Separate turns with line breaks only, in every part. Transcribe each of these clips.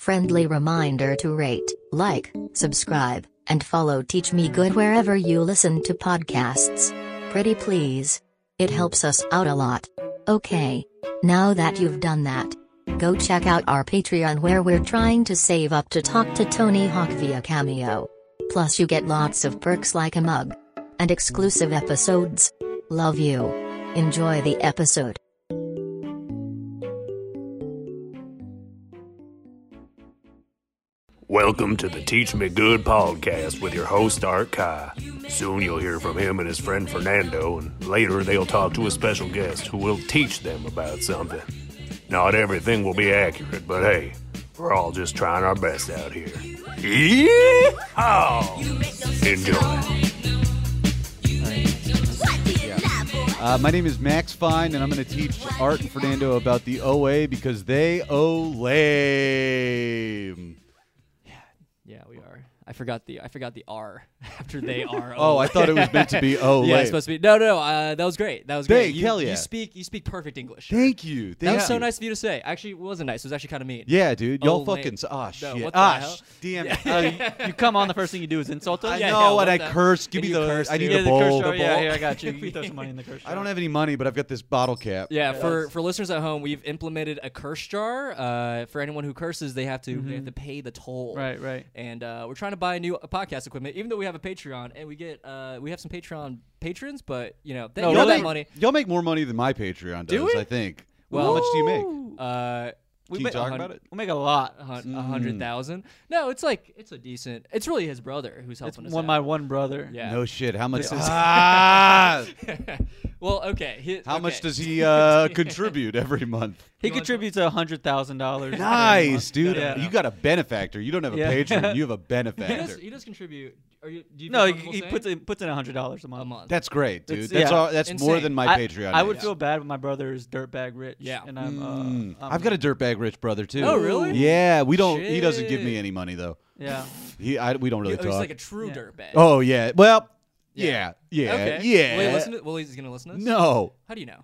Friendly reminder to rate, like, subscribe, and follow Teach Me Good wherever you listen to podcasts. Pretty please. It helps us out a lot. Okay. Now that you've done that, go check out our Patreon where we're trying to save up to talk to Tony Hawk via Cameo. Plus, you get lots of perks like a mug and exclusive episodes. Love you. Enjoy the episode.
Welcome to the Teach Me Good podcast with your host, Art Kai. Soon you'll hear from him and his friend Fernando, and later they'll talk to a special guest who will teach them about something. Not everything will be accurate, but hey, we're all just trying our best out here. Yeehaw! Enjoy.
Uh, my name is Max Fine, and I'm going to teach Art and Fernando about the OA because they owe lame.
Yeah, we are. I forgot the I forgot the R after they are.
Oh, I thought it was meant to be O
yeah,
lame.
it's supposed to be. No, no, no, uh, that was great. That was great.
Thank-
you,
hell yeah.
you speak you speak perfect English.
Thank you.
that was
Thank
so
you.
nice of you to say. Actually, it wasn't nice. It was actually kind of mean.
Yeah, dude.
Oh,
Y'all
lame.
fucking. s- Ah,
No,
shit.
what the
ah,
hell?
sh- damn it.
Uh, you, you come on, the first thing you do is insult us.
I
Yeah,
know,
yeah,
and I
what the-
cursed. Give
and
me
you
the.
cursed,
I
dude.
need
Yeah,
a
the curse
bowl.
jar.
The
Yeah,
bowl.
here I got you. You
We-
throw some money in the curse jar.
I don't have any money, but I've got this bottle cap.
Yeah, for,
that's-
for listeners at home, we've implemented a curse jar. Uh, for anyone who curses, they have to they have to pay the toll.
Right, right.
And uh, we're trying to buy new podcast equipment, even though we have a Patreon and we get uh, we have some Patreon patrons, but you know, they
No,
you know
Y'all
really?
make,
that money.
y'all make more money than my Patreon does,
Do we?
I think.
Well-
how much do you make?
Uh, we
Can you
make
talk
a hun-
about it?
We'll make a lot.
a hun- a hundred thousand. No, it's like it's a decent. It's really his brother who's
It's
helping us.
one
out.
my one brother.
yeah.
No shit. How much?
This is-
Ah!
well, okay. he-
How
okay.
much does he uh, contribute every month?
He
You want
contributes a hundred thousand dollars.
Nice, dude.
Yeah.
You got a benefactor. You don't have a
Yeah.
patron. You have a
He does,
benefactor.
he does contribute. Are you? Do you
No,
feel
he, he
comfortable
puts
saying?
in, puts in a hundred dollars a month.
a month.
That's great, dude.
It's-
that's
yeah.
all, that's more
Insane.
than my
I,
Patreon.
I would
is.
feel bad when my brother is dirtbag rich.
Yeah.
And I'm.
Mm.
Uh, I'm-
I've got a dirtbag rich brother too.
Oh, really?
Yeah, we don't. He doesn't give me
Shit.
any money though.
Yeah.
He, I, we don't really
oh,
talk.
he's like a true
Yeah.
dirtbag.
oh yeah. Well, yeah,
Yeah.
yeah,
okay.
yeah.
Will he listen to, well, he's gonna listen to this.
no,
How do you know?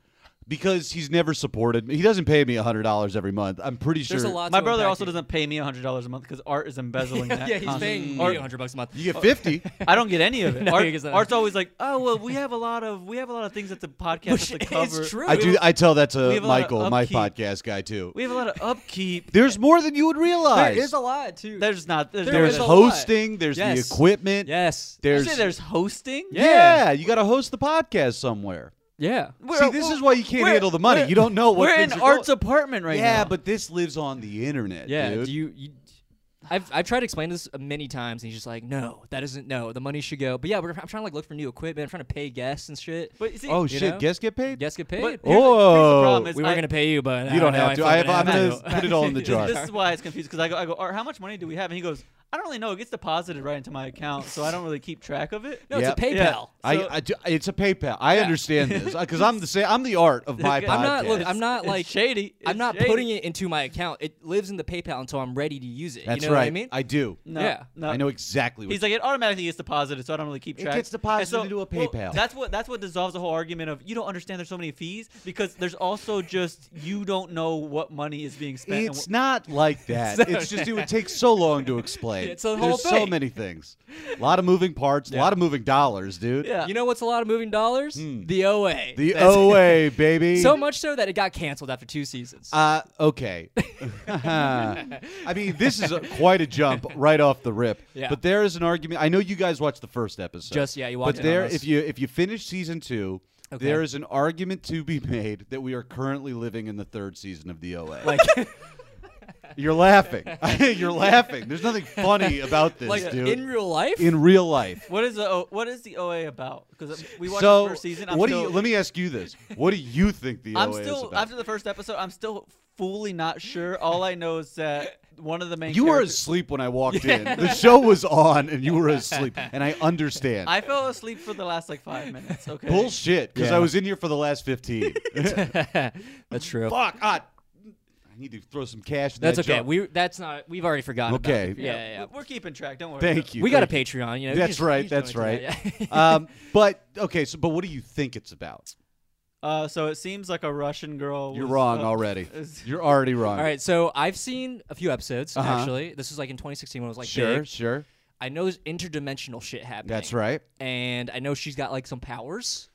because he's never supported me. He doesn't pay me hundred dollars every month. I'm pretty sure.
There's a lot.
My
to
brother
unpack
also
here.
doesn't pay me a hundred dollars a month because Art is embezzling that.
yeah, he's
constantly.
paying
Art-
me hundred bucks a month.
You
Oh,
get fifty.
I don't get any of it.
No,
Art,
he gets that.
Art's always like, "Oh well, we have a lot of we have a lot of things at the podcast
which
to cover.
is true.
I do. I tell that
we
to
have a lot of
Michael, my
upkeep.
podcast guy too.
We have a lot of upkeep.
There's more than you would realize.
There is a lot too.
There's not. There's,
There
There's
is a lot.
hosting. There's
Yes.
the equipment.
yes.
There's,
There's
there's hosting.
yeah. You got to host the podcast somewhere.
Yeah.
We're-
See, this
we're-
is why you can't
we're-
handle the money.
we're-
You don't know what
We're
things
in
are going-
Art's apartment right now.
yeah, but this lives on the internet.
Yeah.
dude.
Do you? you I've, I've tried to explain this many times, and he's just like, "No, that isn't no. The money should go." But yeah, we're, I'm trying to like look for new equipment. I'm trying to pay guests and shit.
but you see,
oh
you
shit,
know?
guests get paid.
guests get paid.
but here's, the- here's the
Oh.
problem is
we were
I-
gonna pay you, but
You don't have
now I
to. I have-
fucking
I'm
have
gonna put it all in the
this-
jar.
This is why it's confused because I go, I go, Art, how much money do we have? And he goes, I don't really know. It gets deposited right into my account, so I don't really keep track of it.
No, it's a
Yep.
PayPal.
Yeah.
I,
So-
I do- it's a PayPal. I
Yeah.
understand this because I'm the same. I'm the art of my
Okay.
podcast.
I'm not. Look, I'm not
It's
like
shady.
I'm
It's
not
shady.
putting it into my account. It lives in the PayPal until I'm ready to use it.
That's
you know
right.
what I mean?
do.
No,
Yeah.
no.
I know exactly. What
He's like, it automatically gets deposited, so I don't really keep
It
track.
gets deposited
And
into
so-
a
well,
PayPal.
that's what that's what dissolves the whole argument of you don't understand. There's so many fees because there's also just you don't know what money is being spent. and
It's
what-
not like that. it's just it would take so long to explain.
It's a whole
There's so
thing.
many things. A lot of moving parts. A lot of moving dollars, dude.
yeah.
You know what's a lot of moving dollars? The OA.
Hmm. The
That's-
OA, baby.
So much so that it got canceled after two seasons.
Uh, okay. I mean, this is a, quite a jump right off the rip.
Yeah.
But there is an argument. I know you guys watched the first episode.
Just- yeah, you
But
watched it
there,
on us.
if you if you finish season two,
Okay.
there is an argument to be made that we are currently living in the third season of the OA.
like,
You're laughing. You're laughing. There's nothing funny about this,
like
dude.
in real life?
In real life.
What is the O- what is the OA about? Because we watched
so
the first season. I'm
what
still,
do you? Let me ask you this. What do you think the
I'm
OA is
still
about?
after the first episode. I'm still fully not sure. All I know is that one of the main
You were
characters-
asleep when I walked in. The show was on, and you were asleep, and I understand.
I fell asleep for the last like five minutes. Okay.
Bullshit, because I was in here for the last fifteen.
That's true.
Fuck, ah, I need to throw some cash. In
That's
that
okay.
jar.
We that's not. We've already forgotten. about
Okay.
it. Yeah, yeah. yeah.
We're- We're keeping track. Don't worry.
Thank you.
We got a
thank you.
Patreon. You know. you
That's
just-
right. Uh, Um,
you
That's
just don't
right.
have to do that, yeah.
um, but okay, so but what do you think it's about?
Uh, so it seems like a Russian girl.
You're
was,
wrong
uh,
already.
is-
You're already wrong.
All right, so I've seen a few episodes
Uh-huh.
actually. This was like in 2016 when it was like
Sure,
big.
sure.
I know there's interdimensional shit happening.
That's right.
And I know she's got like some powers,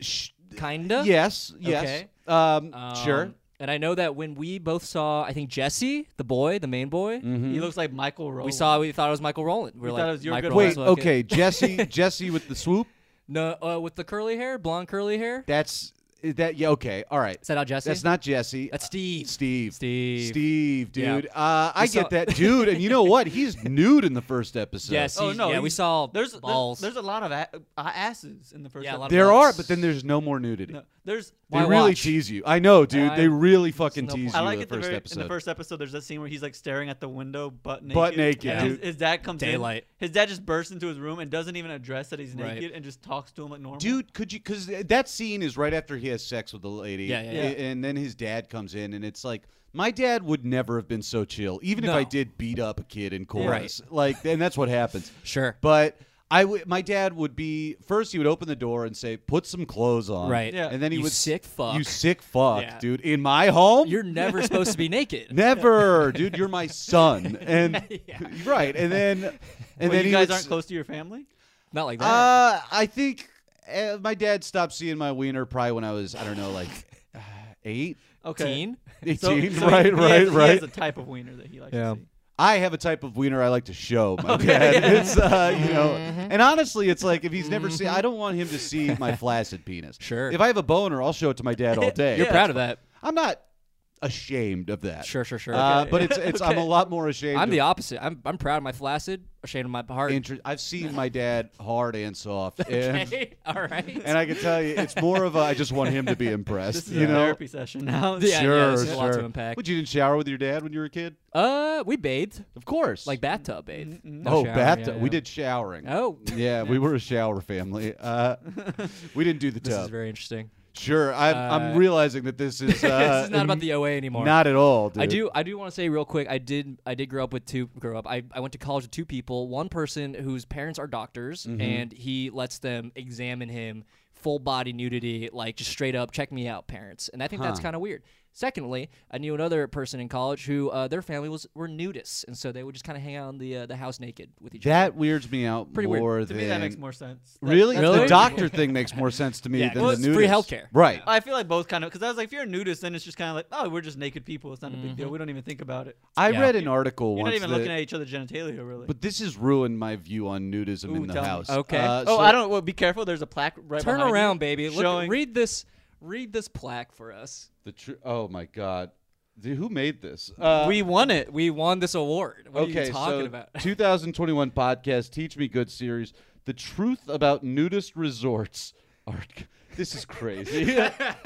Sh-
kinda.
yes, yes.
Okay.
Um,
Um,
sure.
And I know that when we both saw, I think Jesse, the boy, the main boy,
Mm-hmm.
He looks like Michael Rowland.
we saw, we thought it was Michael Rowland. We were
We
like,
thought it was your
Mike
good
Rowland's
Wait,
Well,
fucking-
okay, Jesse, Jesse with the swoop.
No, uh, with the curly hair, blonde curly hair.
That's is that. Yeah, okay, all right.
Is that not Jesse?
That's not Jesse. Uh,
That's Steve.
Steve.
Steve.
Steve,
Yeah.
dude. Uh, I
We saw-
get that, dude. And you know what? He's nude in the first episode.
Yes.
Oh
See,
no!
yeah, we
he's-
saw
there's there's-
balls.
There's, a lot of a- uh, asses in the first.
Yeah, a lot of-
Oh, There are, but then there's no more nudity.
No, there's.
They
Why
really
watch?
tease you. I know, dude.
Why-
they really fucking
no
tease
point.
you
I like
in
it
the
the
first
very,
episode.
in the first episode. There's that scene where he's like staring at the window, butt naked.
Butt naked,
and
dude.
His, his dad comes
Daylight.
in. His dad just bursts into his room and doesn't even address that he's
Right.
naked and just talks to him like normal.
Dude, could you? Because that scene is right after he has sex with the lady.
Yeah, yeah,
Yeah.
a- And then his dad comes in, and it's like, my dad would never have been so chill, even if
No.
I did beat up a kid in chorus. Like, and that's what happens.
Sure.
But I would, my dad would be first. He would open the door and say, "Put some clothes on."
Right.
Yeah.
And then he
You
would
sick fuck.
You sick fuck,
Yeah.
dude. In my home,
You're never supposed to be naked.
never, dude. You're my son, and right. And then, and
and
then
you
he
guys
would
aren't
s-
close to your family.
Not like that.
Uh, I think uh, my dad stopped seeing my wiener probably when I was I don't know like uh, eight.
Okay.
Teen.
So,
18,
so he-
right,
he
right,
has, He
right.
has a type of wiener that he likes
Yeah.
to see.
I have a type of wiener I like to show my dad. It's uh, you know, and honestly, it's like if he's never seen, I don't want him to see my flaccid penis.
Mm-hmm. Sure.
If I have a boner, I'll show it to my dad all day.
You're proud of that.
I'm not ashamed of that.
Sure, sure, sure.
Uh, but it's it's I'm a lot more ashamed.
I'm
of
the opposite. I'm, I'm proud of my flaccid, ashamed of my heart.
inter- I've seen my dad hard and soft, and,
Okay. All right.
and I can tell you, it's more of a I just want him to be impressed.
This is
you
a
know,
therapy session now.
Yeah,
sure,
yeah, this is a
sure.
lot to unpack.
But you didn't shower with your dad when you were a kid?
Uh, we bathed
Of course.
like bathtub bathed. No
oh,
shower,
bathtub.
yeah,
We
yeah.
did showering.
Oh,
Yeah, we were a shower family. Uh, we didn't do the
this
tub.
is very interesting.
sure, I'm, I'm
Uh,
realizing that this is, uh,
this is not about the OA anymore.
not at all. Dude.
I do. I do want to say real quick. I did. I did grow up with two. Grow up. I, I went to college with two people. One person whose parents are doctors,
Mm-hmm.
and he lets them examine him full body nudity, like just straight up check me out, parents. And I think that's kind of weird. Secondly, I knew another person in college who uh, their family was were nudists, and so they would just kind of hang out in the uh, the house naked with each other.
That weirds me out
Pretty weird.
more
To
than
me, that makes more sense. That-
really.
that's
The
Really?
doctor thing makes more sense to me
Yeah,
than
well,
the
it's free
nudist.
healthcare.
right?
I feel like both kind of because I was like, if you're a nudist, then it's just kind of like, oh, we're just naked people. It's not a big
Mm-hmm.
deal. We don't even think about it.
I
Yeah.
read an article
You're
once
not even
that-
looking at each other's genitalia, really.
but this has ruined my view on nudism
Ooh,
in the
tell me.
house.
Okay.
Uh,
oh,
so-
I don't. Well, be careful. There's a plaque right.
Turn
behind you
around, baby. Look,
showing-
read this. Read this plaque for us.
The tr- oh my god, Dude, who made this? Uh,
we won it. We won this award. What
okay,
are you talking
so
about?
2021 podcast, Teach Me Good series. The truth about nudist resorts are. This is crazy.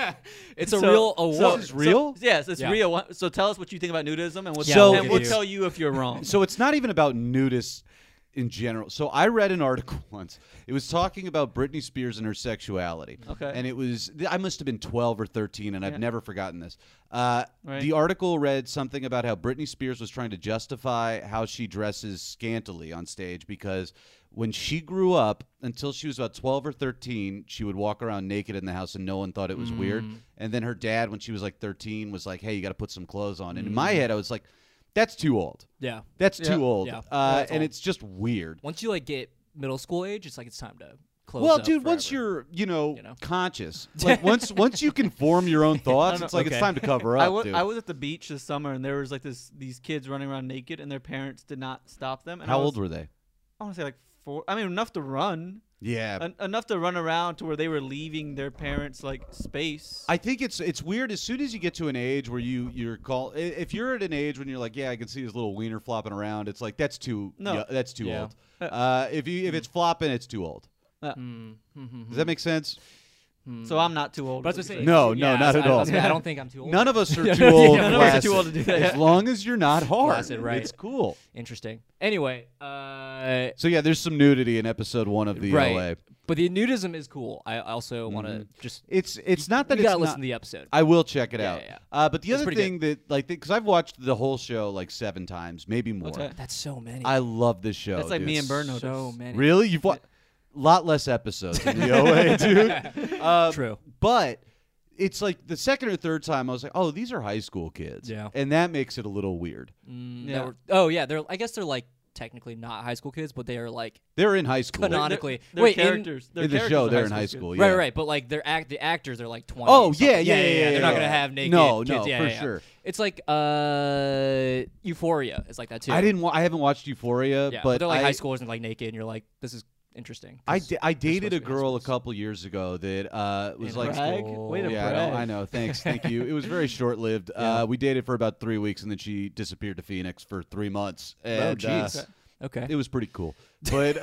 It's a
So-
real
so-
award.
This is real?
so- yes, it's
Yeah.
real. Wha- So tell us what you think about nudism, and we'll,
Yeah,
tell,
we'll
and
get
we'll
you.
tell you if you're wrong.
so it's not even about nudists in general. So I read an article once. It was talking about Britney Spears and her sexuality.
Okay.
And it was th- I must have been 12 or 13 and I've never forgotten this. Uh,
Right.
the article read something about how Britney Spears was trying to justify how she dresses scantily on stage because when she grew up until she was about 12 or 13 she would walk around naked in the house and no one thought it was weird
Mm.
and then her dad when she was like 13 was like hey you got to put some clothes on
Mm.
and in my head I was like that's too old
yeah.
that's too old.
Yeah.
Uh,
That's
and
old.
it's just weird.
Once you like get middle school age, it's like it's time to close.
Well,
up
dude, once
forever.
you're, you know,
You know?
conscious, like once once you can form your own thoughts,
don't
it's
know.
like it's
Okay.
time to cover up,
I wa-
dude.
I was at the beach this summer, and there was like this these kids running around naked, and their parents did not stop them. And
How
I was,
old were they?
I want to say like four. I mean, enough to run,
Yeah.
en- enough to run around to where they were leaving their parents like space.
I think it's it's weird. As soon as you get to an age where you you're call, i- if you're at an age when you're like, yeah, I can see his little wiener flopping around. It's like that's too
No.
yeah, that's too
Yeah.
old. Uh, if you if it's flopping, it's too old.
Uh, mm-hmm.
Does that make sense?
Mm. so I'm not too old.
But I
is
was
what
gonna
you're
say,
saying.
No, no,
yeah, I
not
was-
at
I was
all.
gonna- I don't think I'm too old.
None of us are too old.
none of us are
flaccid.
too old to do that.
As long as you're not hard,
Flaccid, right.
it's cool.
Interesting. Anyway, uh,
So yeah, there's some nudity in episode one of the LA.
right. But the nudism is cool. I also want to just.
It's it's not Mm-hmm. that
you
it's
gotta
not,
listen to the episode.
I will check it
Yeah,
out.
yeah, yeah.
Uh, but the
It's
other
pretty
thing that like because I've watched the whole show like seven times, maybe more.
Okay.
That's so many.
I love this show.
That's like
dude.
me and Burn noticed.
so many.
Really, you've watched lot less episodes in the OA, dude. Uh,
True.
But it's like the second or third time I was like, oh, these are high school kids.
Yeah.
And that makes it a little weird.
Mm,
Yeah.
yeah. oh yeah, they're. I guess they're like technically not high school kids, but they are like
They're in high school.
Canon-
They're-
Canonically.
they're
Wait, in-
characters. they're
in the
characters
show, they're in
high
high
school.
school.
right,
yeah.
right, right. But like they're act the actors are like twenty.
Oh,
or something.
yeah, yeah, yeah, yeah,
They're not
yeah.
gonna have naked.
No,
kids.
no,
yeah,
for
yeah, yeah.
sure.
It's like uh, Euphoria. It's like that too.
I didn't. Wa- I haven't watched Euphoria,
Yeah, but,
but
they're like
I,
high schoolers and like naked, and you're like, this is interesting.
I,
'cause
da- I
they're supposed
dated a
to be high
girl a
schoolers.
couple years ago that uh, was
In
like
brag?
Way to
Yeah, I
brag.
know, I know. Thanks, thank you. It was very short lived.
Yeah.
Uh, we dated for about three weeks, and then she disappeared to Phoenix for three months. And, uh,
Oh, jeez. Okay.
it was pretty cool. But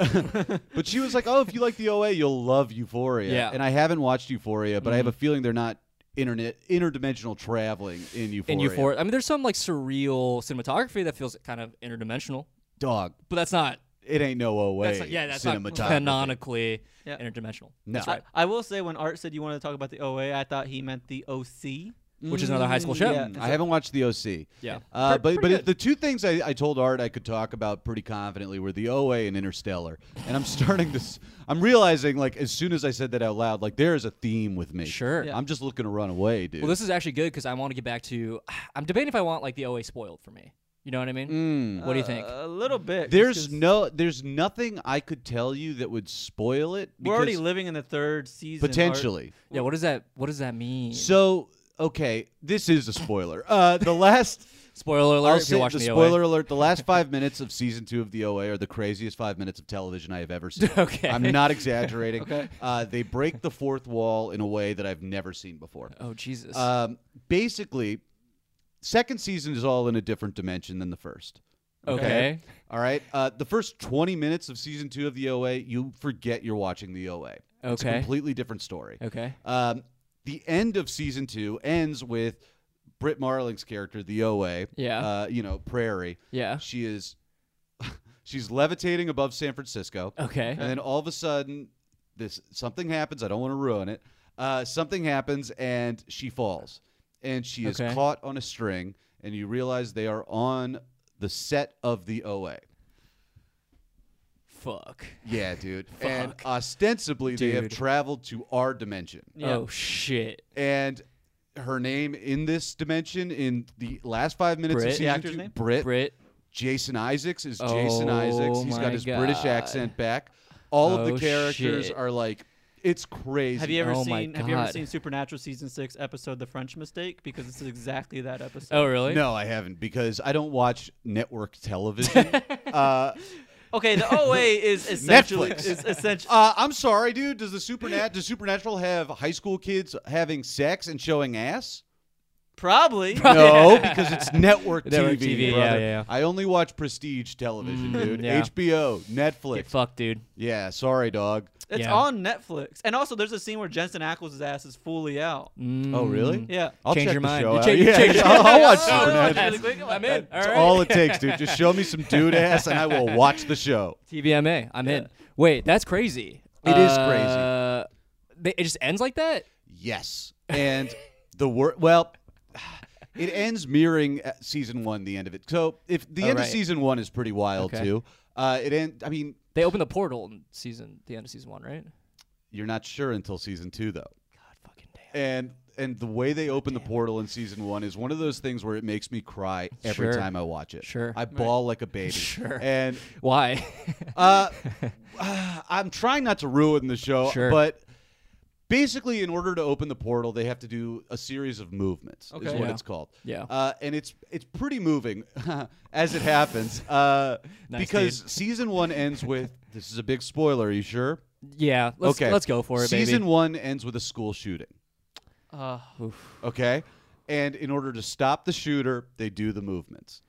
but she was like, "Oh, if you like the OA, you'll love Euphoria."
Yeah. Mm-hmm.
And I haven't watched Euphoria, but I have a feeling they're not internet interdimensional traveling in Euphoria.
And Euphoria. I mean, there's some like surreal cinematography that feels kind of interdimensional,
dog,
but that's not.
it ain't no OA.
That's not yeah, that's not
cinematography.
canonically
Yeah.
interdimensional.
No.
That's right.
I, I will say when Art said you wanted to talk about the OA, I thought he meant the OC.
Which is another high school
Mm,
show.
yeah.
I haven't watched the OC.
Yeah.
Uh,
Pre-
but but
pretty
it- the two things I, I told Art I could talk about pretty confidently were the OA and Interstellar, and I'm starting to s- I'm realizing like as soon as I said that out loud, like there is a theme with me.
Sure. Yeah.
I'm just looking to run away, dude.
Well, this is actually good because I want to get back to. I'm debating if I want like the OA spoiled for me. You know what I mean?
Mm.
What do you think?
A little bit. just
there's
'cause
no there's nothing I could tell you that would spoil it.
We're already
because-
living in the third season. Art.
potentially.
yeah. What does that What does that mean?
So okay, this is a spoiler. Uh, the last.
spoiler alert!
I'll
if you're
say
watching
the
the,
spoiler
OA.
alert: the last five minutes of season two of the OA are the craziest five minutes of television I have ever seen.
Okay.
I'm not exaggerating. uh, they break the fourth wall in a way that I've never seen before.
Oh Jesus.
Um, basically, second season is all in a different dimension than the first.
okay.
All right. Uh, the first 20 minutes of season two of the OA, you forget you're watching the OA. It's a
Okay.
completely different story.
Okay.
Um, the end of season two ends with Britt Marling's character, the OA.
Yeah.
Uh, you know, Prairie.
Yeah.
She is. She's levitating above San Francisco.
Okay.
And then all of a sudden, this something happens. I don't want to ruin it. Uh, something happens, and she falls, and she is
Okay.
caught on a string. And you realize they are on the set of the OA.
Fuck.
Yeah, dude. And
Fuck.
ostensibly, they have
Dude.
traveled to our dimension.
Yeah.
Oh shit.
And her name in this dimension in the last five minutes
Brit?
of
The
season
actor's
two,
name?
Brit.
Brit.
Jason Isaacs is Jason
Oh
Isaacs. He's
my
got his British
God.
accent back. All of
Oh,
the characters
shit.
are like, it's crazy.
Have you ever
Oh my
seen Have you ever
God.
seen Supernatural season six episode The French Mistake? Because it's exactly that episode.
Oh really?
No, I haven't because I don't watch network television. uh,
Oh.
Okay, the OA is essentially
Netflix.
is essentially.
uh, I'm sorry, dude. Does the supernat does Supernatural have high school kids having sex and showing ass?
Probably.
No, because it's network TV.
Network TV, yeah,
brother.
yeah, yeah.
I only watch prestige television, dude.
yeah.
HBO,
Get
Netflix.
fucked, dude.
yeah, sorry, dog.
It's
Yeah.
on Netflix. And also, there's a scene where Jensen Ackles' ass is fully out.
Mm.
Oh, really?
Yeah.
I'll
Change
check
your
the
mind.
show
You
out.
change- you
yeah,
change your
I'll
mind.
watch
Oh, no,
Supernatural.
Really quick,
I'm in. All
That's
right.
all it takes, dude. Just show me some dude ass, and I will watch the show.
TVMA. I'm in. Wait, that's crazy.
It is
Uh, They, it just ends like that.
Yes, and the word. Well, it ends mirroring uh, season one, the end of it. So if the
Oh,
end
right.
of season one is pretty wild
Okay.
too. Uh, it end. I mean,
They open the portal in season, the end of season one, right?
you're not sure until season two though,
God fucking damn.
and and the way they open the portal in season one is one of those things where it makes me cry every
Sure.
time I watch it.
Sure.
I bawl like a baby.
Sure.
and
Why?
Uh, I'm trying not to ruin the show,
Sure.
but basically, in order to open the portal, they have to do a series of movements.
Okay.
Is what
Yeah.
it's called.
Yeah.
Uh, and it's it's pretty moving as it happens uh,
Nice,
because season one ends with this is a big spoiler. Are you sure?
yeah. Let's,
okay.
Let's go for it,
Season
baby.
one ends with a school shooting.
Uh,
Okay. And in order to stop the shooter, they do the movements.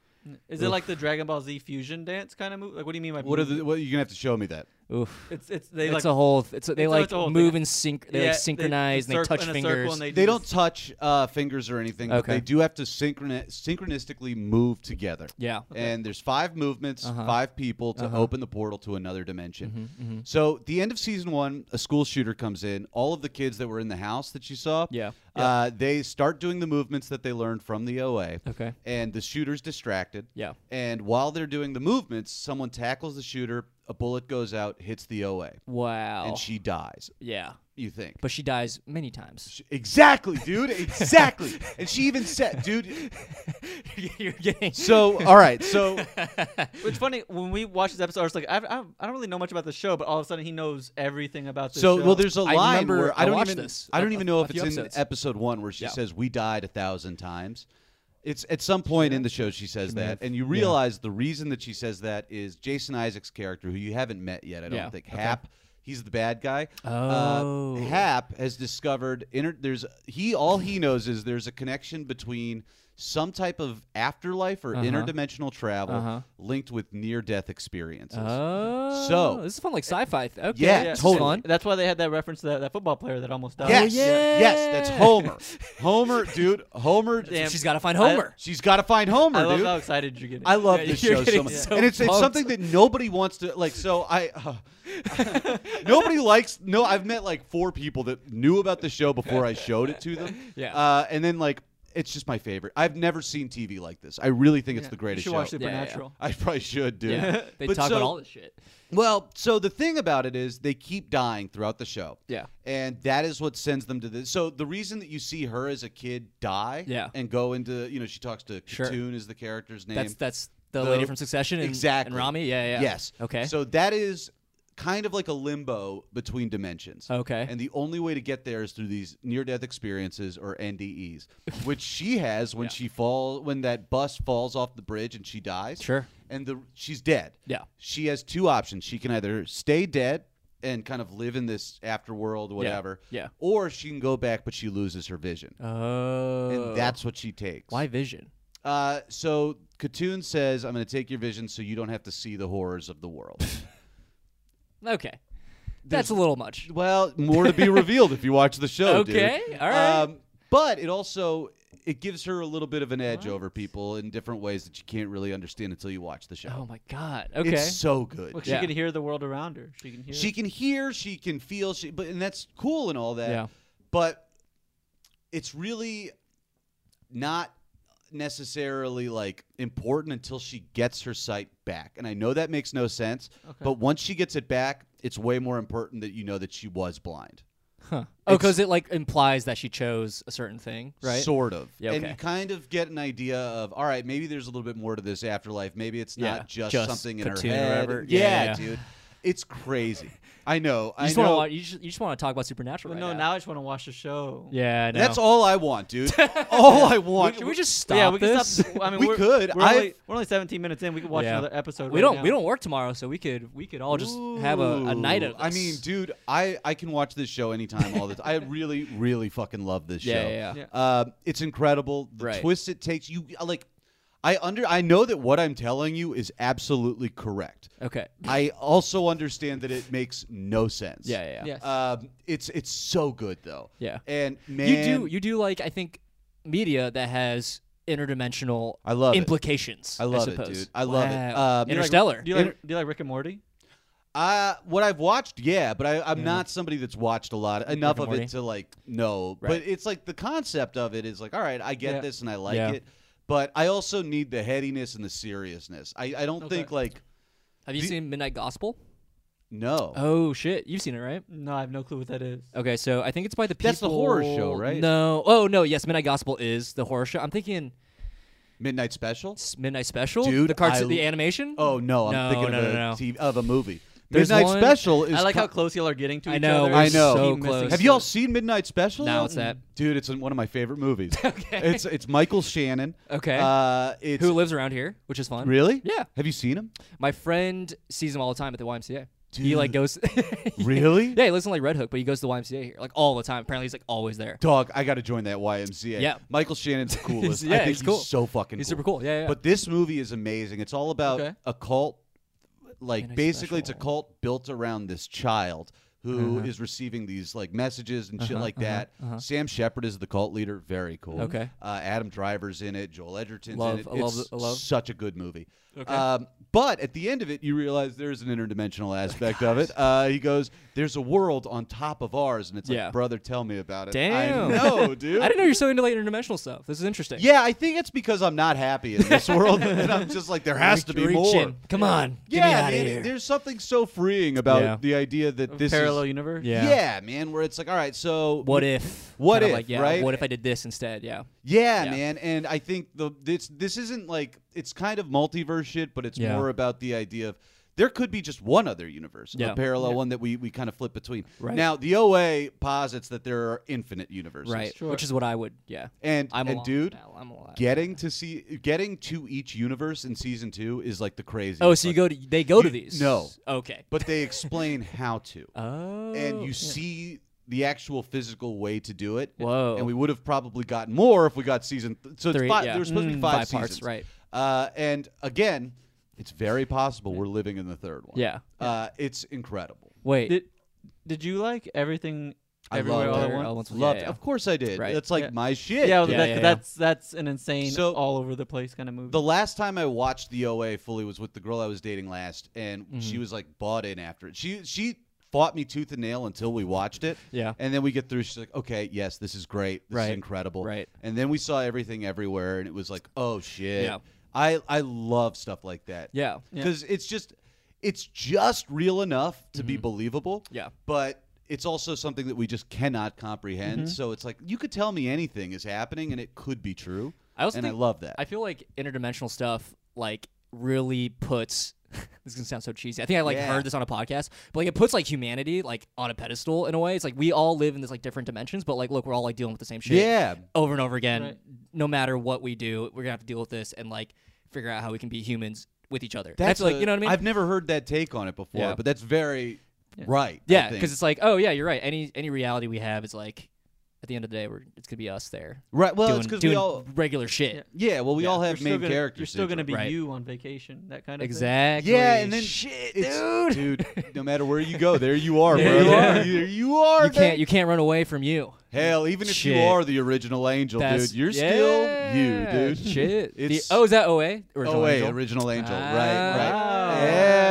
is it like the Dragon Ball Z fusion dance kind of move? Like, what do you mean by
What are
movement?
the? What, you're gonna have to show me that.
Oof.
It's it's they
it's
like
a whole. th- It's a, they
it's a-
like
it's a whole
move
thing.
and sync. They
yeah,
like synchronize and they
circle
touch
in a circle
fingers.
and
They
do
don't
this-
touch uh, fingers or anything. but
Okay.
they do have to synchron- synchronistically move together.
yeah. Uh-huh.
And there's five movements, five people to open the portal to another dimension.
Mm-hmm,
So the end of season one, a school shooter comes in. All of the kids that were in the house that you saw,
Yeah.
Uh, they start doing the movements that they learned from the OA.
Okay.
And the shooter's distracted.
Yeah.
And while they're doing the movements, someone tackles the shooter, a bullet goes out, hits the OA,
Wow.
and she dies.
yeah.
You think?
But she dies many times.
She- exactly, dude. Exactly. and she even said, dude.
You're getting.
So all right. So
It's funny when we watch this episode. I was like, I, I, I don't really know much about the show, but all of a sudden he knows everything about the
so
show.
well, there's a
I
line
remember
where
I
I don't
watched
even
this
I
a-
don't even know
a
if it's
few
in
episodes.
episode one where she
Yeah.
says we died a thousand times. It's at some point in the show she says that, and you realize the reason that she says that is Jason Isaac's character, who you haven't met yet. I don't
Yeah,
think
okay.
Hap. He's the bad guy.
Oh.
Uh, Hap has discovered inter- there's he all he knows is there's a connection between some type of afterlife or interdimensional travel
Uh-huh.
linked with near death experiences.
Oh.
So-
this is fun, like sci-fi. th- Okay.
Yeah,
this is
totally.
fun.
That's why they had that reference to that, that football player that almost died.
Yes,
Oh, yeah.
yes, that's Homer. Homer, dude, Homer.
Damn.
She's got to find Homer.
She's got to find Homer,
I love
dude.
how excited you're getting.
I love
Yeah,
this
you're
show so
getting
much,
so
and it's it's
pumped.
something that nobody wants to like. So I, uh, nobody likes. No, I've met like four people that knew about the show before I showed it to them.
Yeah.
uh, and then like it's just my favorite. I've never seen TV like this. I really think it's the
you
greatest
should
show.
watch
Yeah, yeah, yeah.
Supernatural.
I probably should, dude.
Yeah. They
But
talk
so-
about all this shit.
well, so the thing about it is they keep dying throughout the show.
Yeah.
And that is what sends them to this. So the reason that you see her as a kid die
Yeah.
and go into, you know, she talks to
Sure.
Katoon is the character's name.
That's that's the,
The-
lady from Succession and,
exactly.
and Rami. Yeah, yeah.
Yes.
Okay.
So that is kind of like a limbo between dimensions.
Okay.
And the only way to get there is through these near-death experiences or NDEs, which she has when she fall when that bus falls off the bridge and she dies.
Sure.
And the she's dead.
Yeah.
She has two options. She can either stay dead and kind of live in this afterworld, whatever.
yeah.
Or she can go back, but she loses her vision.
oh.
And that's what she takes.
why vision.
Uh, so Katoon says, "I'm going to take your vision, so you don't have to see the horrors of the world."
Okay. That's a little much.
Well, more to be revealed if you watch the show. dude. Um,
Okay, all right.
but it also it gives her a little bit of an edge over people in different ways that you can't really understand until you watch the show.
Oh my god. Okay.
It's so good.
Well,
Yeah.
She can hear the world around her. She can hear.
She can hear, she can feel, she but and that's cool and all that.
Yeah.
But it's really not necessarily like important until she gets her sight back. And I know that makes no sense, but once she gets it back, it's way more important that you know that she was blind.
Huh. Oh, because it like implies that she chose a certain thing, right?
Sort of.
Yeah,
And
okay.
you kind of get an idea of, all right, maybe there's a little bit more to this afterlife. Maybe it's not
Yeah,
just,
just
something in her
cartoon or
head.
whatever.
Yeah,
Yeah, yeah.
dude. It's crazy. I know.
you
I
just
know.
want to you just, you just want to talk about supernatural
Well,
right
no,
now.
now I just want to watch the show.
Yeah, I know.
That's all I want, dude. all I want.
Should we just
But
stop
yeah, we can
this?
stop. I mean,
We
we're,
could.
We're
I've-
only, we're only 17 minutes in. We could watch
Yeah.
another episode.
We
right
don't
now.
we don't work tomorrow, so we could we could all just have a, a night of
Ooh.
this.
I mean, dude, I I can watch this show anytime, all the time. I really, really fucking love this
Yeah,
show.
yeah,
yeah.
Uh, it's incredible. The
Right.
twists it takes you like. I under I know that what I'm telling you is absolutely correct.
okay.
I also understand that it makes no sense.
Yeah, yeah, yeah.
Yes.
Um, it's it's so good though.
Yeah.
And man,
You do you do like I think media that has interdimensional
I love it.
implications.
I love it,
suppose.
dude. I love it.
Wow.
Um,
You like-
Interstellar.
do you like Do you like Rick and Morty?
Uh, what I've watched, yeah, but I, I'm not somebody that's watched a lot enough of
Morty.
it to like know.
Right.
But it's like the concept of it is like, all right, I get
Yeah.
this and I like
Yeah.
it, but I also need the headiness and the seriousness. I, I don't think like
Have you seen Midnight Gospel?
no.
Oh shit, you've seen it, right?
No, I have no clue what that is.
Okay, so I think it's by the people.
That's the horror show, right?
No. Oh no. Yes, Midnight Gospel is the horror show. I'm thinking
Midnight Special.
s- Midnight Special,
Dude,
The cards,
I-
the animation.
Oh no, I'm
No,
thinking
no,
of
no,
a
no.
TV, of a movie.
There's
Midnight
one-
Special is
I like
co-
how close y'all are getting to
I
each
know,
other.
we're
I know.
so
Keep missing
close.
Have you all seen Midnight Special?
No,
yet?
what's that?
Dude, it's one of my favorite movies. okay. It's it's Michael Shannon.
Okay.
Uh, it's
who lives around here, which is fun.
really?
Yeah.
Have you seen him?
My friend sees him all the time at the YMCA. He like
Dude.
goes.
Really?
yeah, he lives in like Red Hook, but he goes to the YMCA here like all the time. Apparently, he's like always there.
Dog, I got to join that YMCA.
Yeah.
Michael Shannon's the coolest.
Yeah,
I think
he's cool.
so fucking
He's
cool.
super cool. Yeah, yeah.
But this movie is amazing. It's all about
Okay.
a cult. Like,
Kinda
basically, it's a
special. Uh-huh.
cult built around this child who is receiving these, like, messages and shit like that. Sam Shepard is the cult leader. Very cool.
Okay.
Uh, Adam Driver's in it. Joel Edgerton's
Love-
in it.
I love
It's
the- I love-
such a good movie. Okay. Um, But at the end of it, you realize there's an interdimensional aspect of it. Uh, he goes, "There's a world on top of ours," and it's
Yeah.
like, "Brother, tell me about it."
Damn.
I know, dude.
I didn't know you're so into like interdimensional stuff. This is interesting.
Yeah, I think it's because I'm not happy in this world, and I'm just like, there has
Reach-
to be
reach
more.
in. Come on.
Yeah,
get me out
man,
of here.
there's something so freeing about
Yeah.
the idea that this
parallel
is,
universe.
Yeah.
yeah. man, where it's like, all right, so
What if?
What
Kinda
if,
Like, yeah.
right?
What if I did this instead? Yeah.
Yeah,
Yeah.
man, and I think the this this isn't like it's kind of multiverse shit, but it's
Yeah.
more about the idea of there could be just one other universe,
Yeah.
a parallel
Yeah.
one that we we kind of flip between.
Right.
Now, the OA posits that there are infinite universes,
Right. Which is what I would. Yeah.
And
I'm
and
alive
dude,
now. I'm alive.
getting to see getting to each universe in season two is like the craziest.
Oh, so you
fucking-
go to they go to
You-
these?
no.
Okay.
but they explain how to.
Oh.
and you see the actual physical way to do it.
Whoa.
And we would have probably gotten more if we got season. Th- so
Three,
it's five,
yeah.
there was supposed to be
Mm.
five,
Five parts,
seasons,
right.
Uh, and again, it's very possible we're living in the third one.
Yeah.
Uh, it's incredible.
Wait.
Did Did you like everything?
I
everywhere
loved
all at
it.
once?
All at once. Yeah,
Loved.
yeah.
Of course I did.
Right.
That's like
Yeah.
my shit.
Yeah,
Yeah,
that-
yeah, yeah.
that's that's an insane,
So-
all over the place kind of movie.
The last time I watched the OA fully was with the girl I was dating last, and
Mm-hmm.
she was like bought in after it. She she fought me tooth and nail until we watched it.
Yeah.
And then we get through. She's like, okay, yes, this is great. This
Right.
is incredible.
Right.
And then we saw everything everywhere, and it was like, oh shit.
Yeah.
I I love stuff like that.
Yeah.
Yeah.
Because it's just it's just real enough to be believable.
Mm-hmm. Yeah.
But it's also something that we just cannot comprehend.
Mm-hmm.
So it's like you could tell me anything is happening, and it could be true.
I also
and I
think-
love that.
I feel like interdimensional stuff like really puts this is gonna sound so cheesy. I think I like
Yeah.
heard this on a podcast, but like it puts like humanity like on a pedestal in a way. It's like we all live in this like different dimensions, but like look, we're all like dealing with the same shit.
Yeah.
Over and over again.
Right.
No matter what we do, we're gonna have to deal with this and like figure out how we can be humans with each other. That's like
a-
you know what I mean?
I've never heard that take on it before,
Yeah.
but that's very right.
yeah, because it's like, oh yeah, you're right. Any any reality we have is like at the end of the day we're it's gonna be us there.
right. Well,
doing,
it's because
doing
we all
regular shit.
Yeah.
yeah. Well, we all
You're
have
still
main
gonna-
characters.
You're still going to
syndrome.
be
Right.
you on vacation, that kind of
Exactly.
Yeah, and then
shit,
It's-
dude.
dude. No matter where you go, there you are. There
There you
you are.
are.
There you are.
you can't
man.
you can't run away from you.
Hell, even if you
Shit.
are the original angel,
That's-
dude, you're
yeah,
still you, dude.
Shit. The-
It's-
oh, is that OA? Original
oh wait,
Angel?
original angel.
Ah,
right. Right.
okay,
Yeah.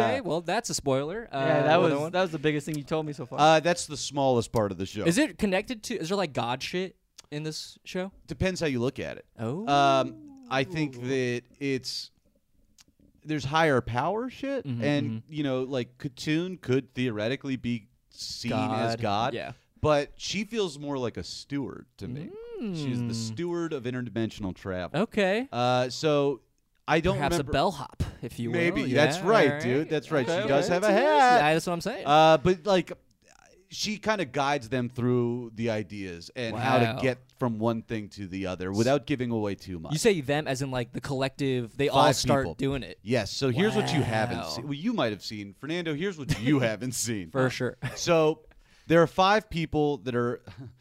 Okay, okay, well that's a spoiler. Uh,
thing. Yeah, that
another
was
one.
that was the biggest thing you told me so far.
Uh, that's the smallest part of the show.
Is it connected to? Is there like God shit in this show?
Depends how you look at it.
Oh,
Um, Uh, I think that it's there's higher power shit,
Mm-hmm,
and you know, like Katoon could theoretically be seen as
God,
God,
yeah.
But she feels more like a steward to me. She's
Mm.
the steward of interdimensional travel.
okay.
Uh, so I don't
Oh. Perhaps
remember.
a bellhop, if you will.
Maybe
Yeah,
that's right,
alright.
dude. That's right.
Okay,
She does
okay.
have a hat.
Yeah, that's what I'm saying.
Uh, but like, she kind of guides them through the ideas and how to
Wow.
get from one thing to the other without giving away too much.
you say them as in like the collective. They all
Five
start
people.
doing it
Yes. So here's what you haven't
Wow.
seen. Well, you might have seen. Fernando, here's what you haven't seen.
for sure.
So there are five people that are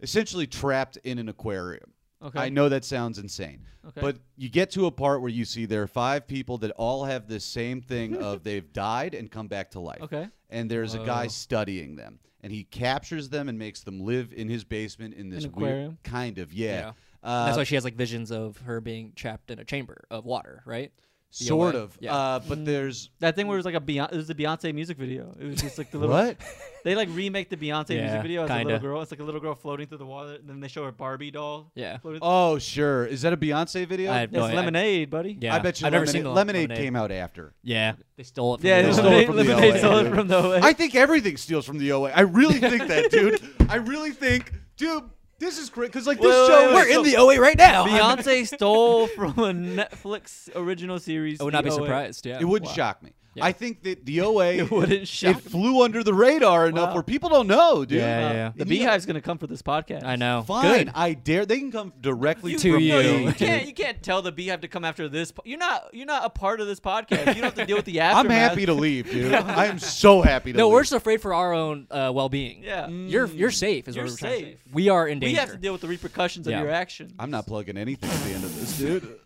essentially trapped in an aquarium.
Okay.
I know that sounds insane.
Okay.
But you get to a part where you see there are five people that all have this same thing of they've died and come back to life.
Okay.
And there's a guy studying them. And he captures them and makes them live in his basement in this
aquarium?
weird kind of yeah. Uh,
that's why she has like visions of her being trapped in a chamber of water, right? The
sort
OA?
of.
Yeah. Mm.
Uh, but there's
that thing where it was like a Beyonce, it was the Beyonce music video. It was just like the little
what?
they like remake the Beyonce
Yeah,
music video as a
kinda.
little girl. It's like a little girl floating through the water, and then they show her Barbie doll.
Yeah.
floating-
Oh, sure. Is that a Beyonce video?
I have
it's
no, I-
lemonade, buddy.
Yeah.
I bet you
I've never
lemonade,
seen the
lemonade,
Lemonade.
came out after.
Yeah, they stole it. From
yeah.
the
They
OA.
stole it from the
lemonade
LA,
stole it
dude.
from the LA.
I think everything steals from the OA. I really think that, dude. I really think, dude. This is great because like this
Wait,
show.
wait, wait,
we're
so-
in the.
OA right now.
Beyonce stole from a Netflix original series.
I would not
the
be
OA.
surprised. Yeah,
It wouldn't shock me.
Yeah.
I think that the OA
It wouldn't
it
shock me.
flew under the radar enough
Wow.
where people don't know, dude.
Yeah, yeah, yeah.
The
And you-
Beehive's gonna come for this podcast.
I know.
Fine,
Good.
I dare. They can come directly
You-
to
To
from
you.
No,
me,
you, you
dude.
can't. You can't tell the beehive to come after this. po- You're not. You're not a part of this podcast. You don't have to deal with the
I'm
aftermath.
happy to leave, dude. I am so happy to.
No,
leave.
we're just afraid for our own uh, well-being.
Yeah.
you're you're safe. Is
You're
what we're trying to say.
safe.
We are in danger.
We have to deal with the repercussions
Yeah.
of your actions.
I'm not plugging anything at the end of this, dude.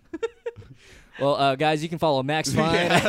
Well, uh, guys, you can follow Max Fine.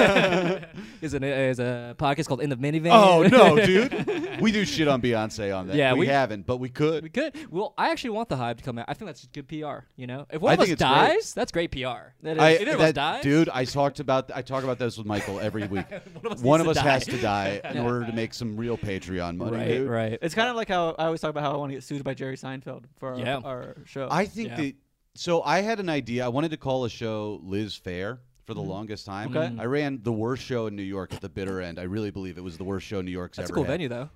is an is a podcast called In the Minivan.
Oh no, dude. We do shit on Beyonce on that.
Yeah,
we,
we-
haven't, but we could.
We could. Well, I actually want the hive to come out. I think that's good PR. You know, if one
I
of us
think it's great.
dies, that's great PR. That is,
I,
if one of us
that-
dies,
dude, I talked about I talk about this with Michael every week.
of us
One of
needs
us
to
has
die.
to die in order to make some real Patreon money,
right,
dude.
right.
It's kind of like how I always talk about how I want to get sued by Jerry Seinfeld for our,
Yeah.
our show.
I think
Yeah.
that. So I had an idea. I wanted to call a show Liz Fair for
Mm-hmm.
the longest time.
Okay.
I ran the worst show in New York at the bitter end. I really believe it was the worst show New York's
that's a
ever
cool
had.
venue, though.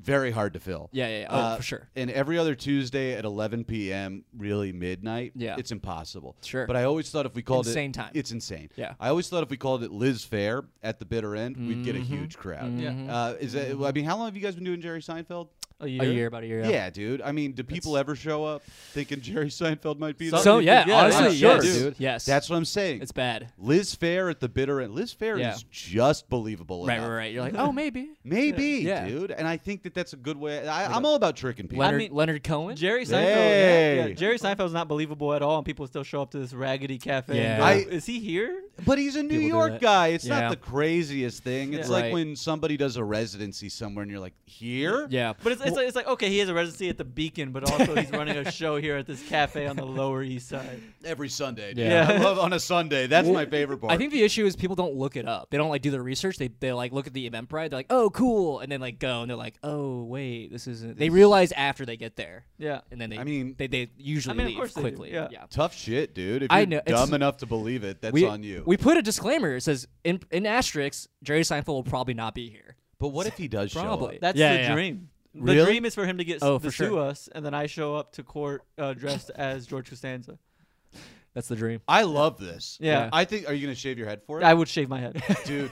Very hard to fill. Uh,
Yeah, yeah, yeah. Oh, for sure.
And every other Tuesday at 11 p.m., really midnight.
Yeah.
It's impossible.
Sure.
But I always thought if we called
Insane
it
time.
it's insane.
Yeah.
I always thought if we called it Liz Fair at the bitter end, we'd get a
Mm-hmm.
huge crowd.
Yeah.
Uh, is that, I mean, how long have you guys been doing Jerry Seinfeld?
a year.
A year, about a year.
Yeah, dude. I mean, do people ever show up thinking Jerry Seinfeld might be
Some-
there?
So
Something-
yeah,
yeah,
honestly,
sure,
yes,
dude.
yes.
That's what I'm saying.
it's bad.
Liz Fair at the bitter end. Liz Fair
Yeah.
is just believable.
Right,
enough.
right, right. You're like, oh, maybe.
Maybe,
Yeah.
dude. And I think that that's a good way. I, I'm all about tricking people.
Leonard
mean-
Leonard Cohen.
Jerry Seinfeld.
Hey.
Yeah, yeah. Jerry Seinfeld's not believable at all, and people still show up to this raggedy cafe. and
Yeah.
go, is he here?
But he's a New
People do
York
that.
guy. It's
Yeah.
not the craziest thing. It's
Yeah.
like
Right.
when somebody does a residency somewhere and you're like, here?
yeah,
But it's, it's, like, it's like okay, he has a residency at the Beacon, but also he's running a show here at this cafe on the Lower East Side.
Every Sunday. dude.
Yeah.
I love on a Sunday. That's my favorite part.
I think the issue is people don't look it up. They don't like do their research. They they like look at the Eventbrite. They're like, oh, cool, and then like go and they're like, oh, wait, this isn't. They realize after they get there,
Yeah.
and then they.
I mean-
they they usually
I mean, of
leave
course they do,
quickly.
yeah.
Tough shit, dude. If you're
I know, it's-
dumb enough to believe it, that's
we,
on you.
We put a disclaimer. It says in in asterisks, Jerry Seinfeld will probably not be here.
but what if he does show
Probably.
up?
That's
Yeah,
the
yeah.
dream. The
Really?
dream is for him to get s-
Oh,
to
for
sue
sure.
us, and then I show up to court uh, dressed as George Costanza.
That's the dream.
I love this.
Yeah.
I think, are you going to shave your head for it?
I would shave my head.
dude,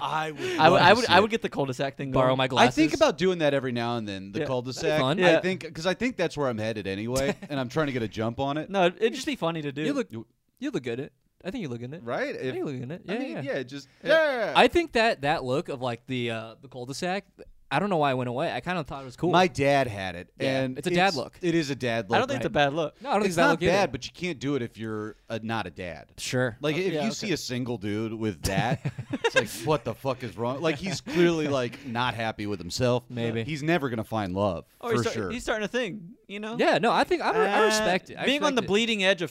I would.
I would,
love
I
to
would,
see
I
it.
would get the cul-de-sac thing.
Borrow
going.
my glasses.
I think about doing that every now and then, the
Yeah.
cul-de-sac.
fun.
Yeah.
I think because I think that's where I'm headed anyway, and I'm trying to get a jump on it.
No, it'd just be funny to do.
you look you look good at. it. I think you look in it.
Right?
I
If-
think you look in it. Yeah,
I mean,
yeah.
just yeah.
I think that that look of like the uh, the cul-de-sac. I don't know why it went away. I kind of thought it was cool.
My dad had it,
Yeah,
and
it's a dad look.
It is a dad look.
I don't think it's a bad look.
no, I don't think
it's
that
not
look either.
bad, but you can't do it if you're uh not a dad.
sure. Uh,
Like if
yeah,
you see a single dude with that, it's like what the fuck is wrong? Like he's clearly like not happy with himself.
Maybe.
he's never gonna find love
Or
for
he's, start-
sure.
he's starting a thing, you know? Uh,
Yeah, no, I think I, I respect it. I
Being on
respect
the
it.
bleeding edge of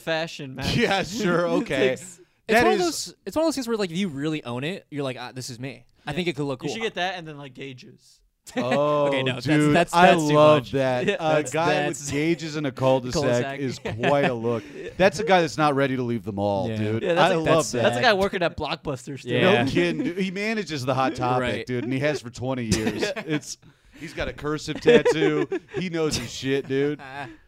fashion, man.
yeah, sure, okay.
It's
It's
That
one
is-
of those. It's one of those things where like if you really own it, you're like, ah, this is me. I think it could look
You
cool.
should get that and then like gauges.
Oh,
Okay, no, that's-
dude,
that's-
I
that's too
love
much.
that.
Yeah,
a
that's-
guy
that's-
with gauges and a cul-de-sac,
Cul-de-sac.
is quite a look. That's a guy that's not ready to leave the mall,
Yeah.
dude.
Yeah, that's
I
a-
love
that's-
that.
That's a guy working at Blockbuster still.
Yeah.
No kidding. Dude. He manages the hot topic,
Right.
dude, and he has for 20 years. It's he's got a cursive tattoo. he knows his shit, dude.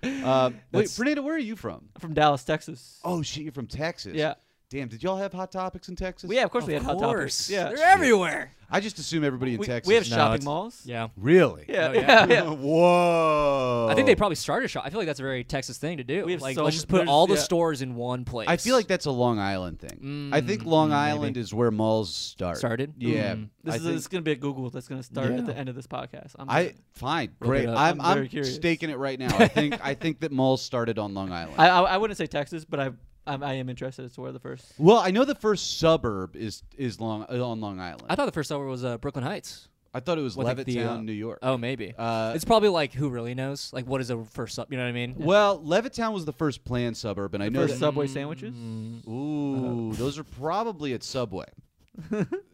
Um, wait,
That's-
Fernanda, where are you from?
From Dallas, Texas.
Oh, shit, you're from Texas.
Yeah.
Damn, did y'all have hot topics in Texas?
Well, yeah, of course we had hot topics. Yeah.
They're everywhere.
I just assume everybody in
we,
Texas.
we have
knows.
shopping
it's-
malls.
Yeah.
Really?
Yeah,
Oh,
yeah,
yeah.
yeah.
Whoa.
I think they probably started shop. I feel like that's a very Texas thing to do.
We have
like,
so
let's just
many-
put all the
there's- yeah.
stores in one place.
I feel like that's a Long Island thing. I think Long Island is where malls start.
Started?
Yeah.
Mm.
This
I
is,
think-
this is gonna be a Google that's gonna start
Yeah.
at the end of this podcast. I'm
I
gonna-
fine, great.
it up.
I'm,
I'm
I'm,
very curious.
staking it right now. I think I think that malls started on Long Island.
I, I I wouldn't say Texas, but I I'm, I am interested as to where the first.
well, I know the first suburb is is Long uh, on Long Island.
I thought the first suburb was uh, Brooklyn Heights.
I thought it was
With,
Levittown,
like, the, uh,
New York.
Oh, maybe.
Uh,
it's probably like who really knows? Like what is a first sub? You know what I mean?
well, Levittown was the first planned suburb, and I know
First
that.
Subway sandwiches.
Mm. ooh,
Uh-huh.
those are probably at Subway.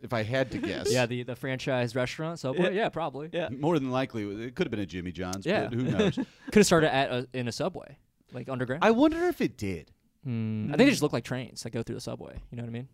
if I had to guess,
Yeah, the the franchise restaurant. So yeah, probably.
Yeah.
more than likely it could have been a Jimmy John's.
Yeah.
but who knows?
Could have started at a, in a subway, like underground.
I wonder if it did.
Mm, I think they just look like trains that go through the subway. You know what I mean?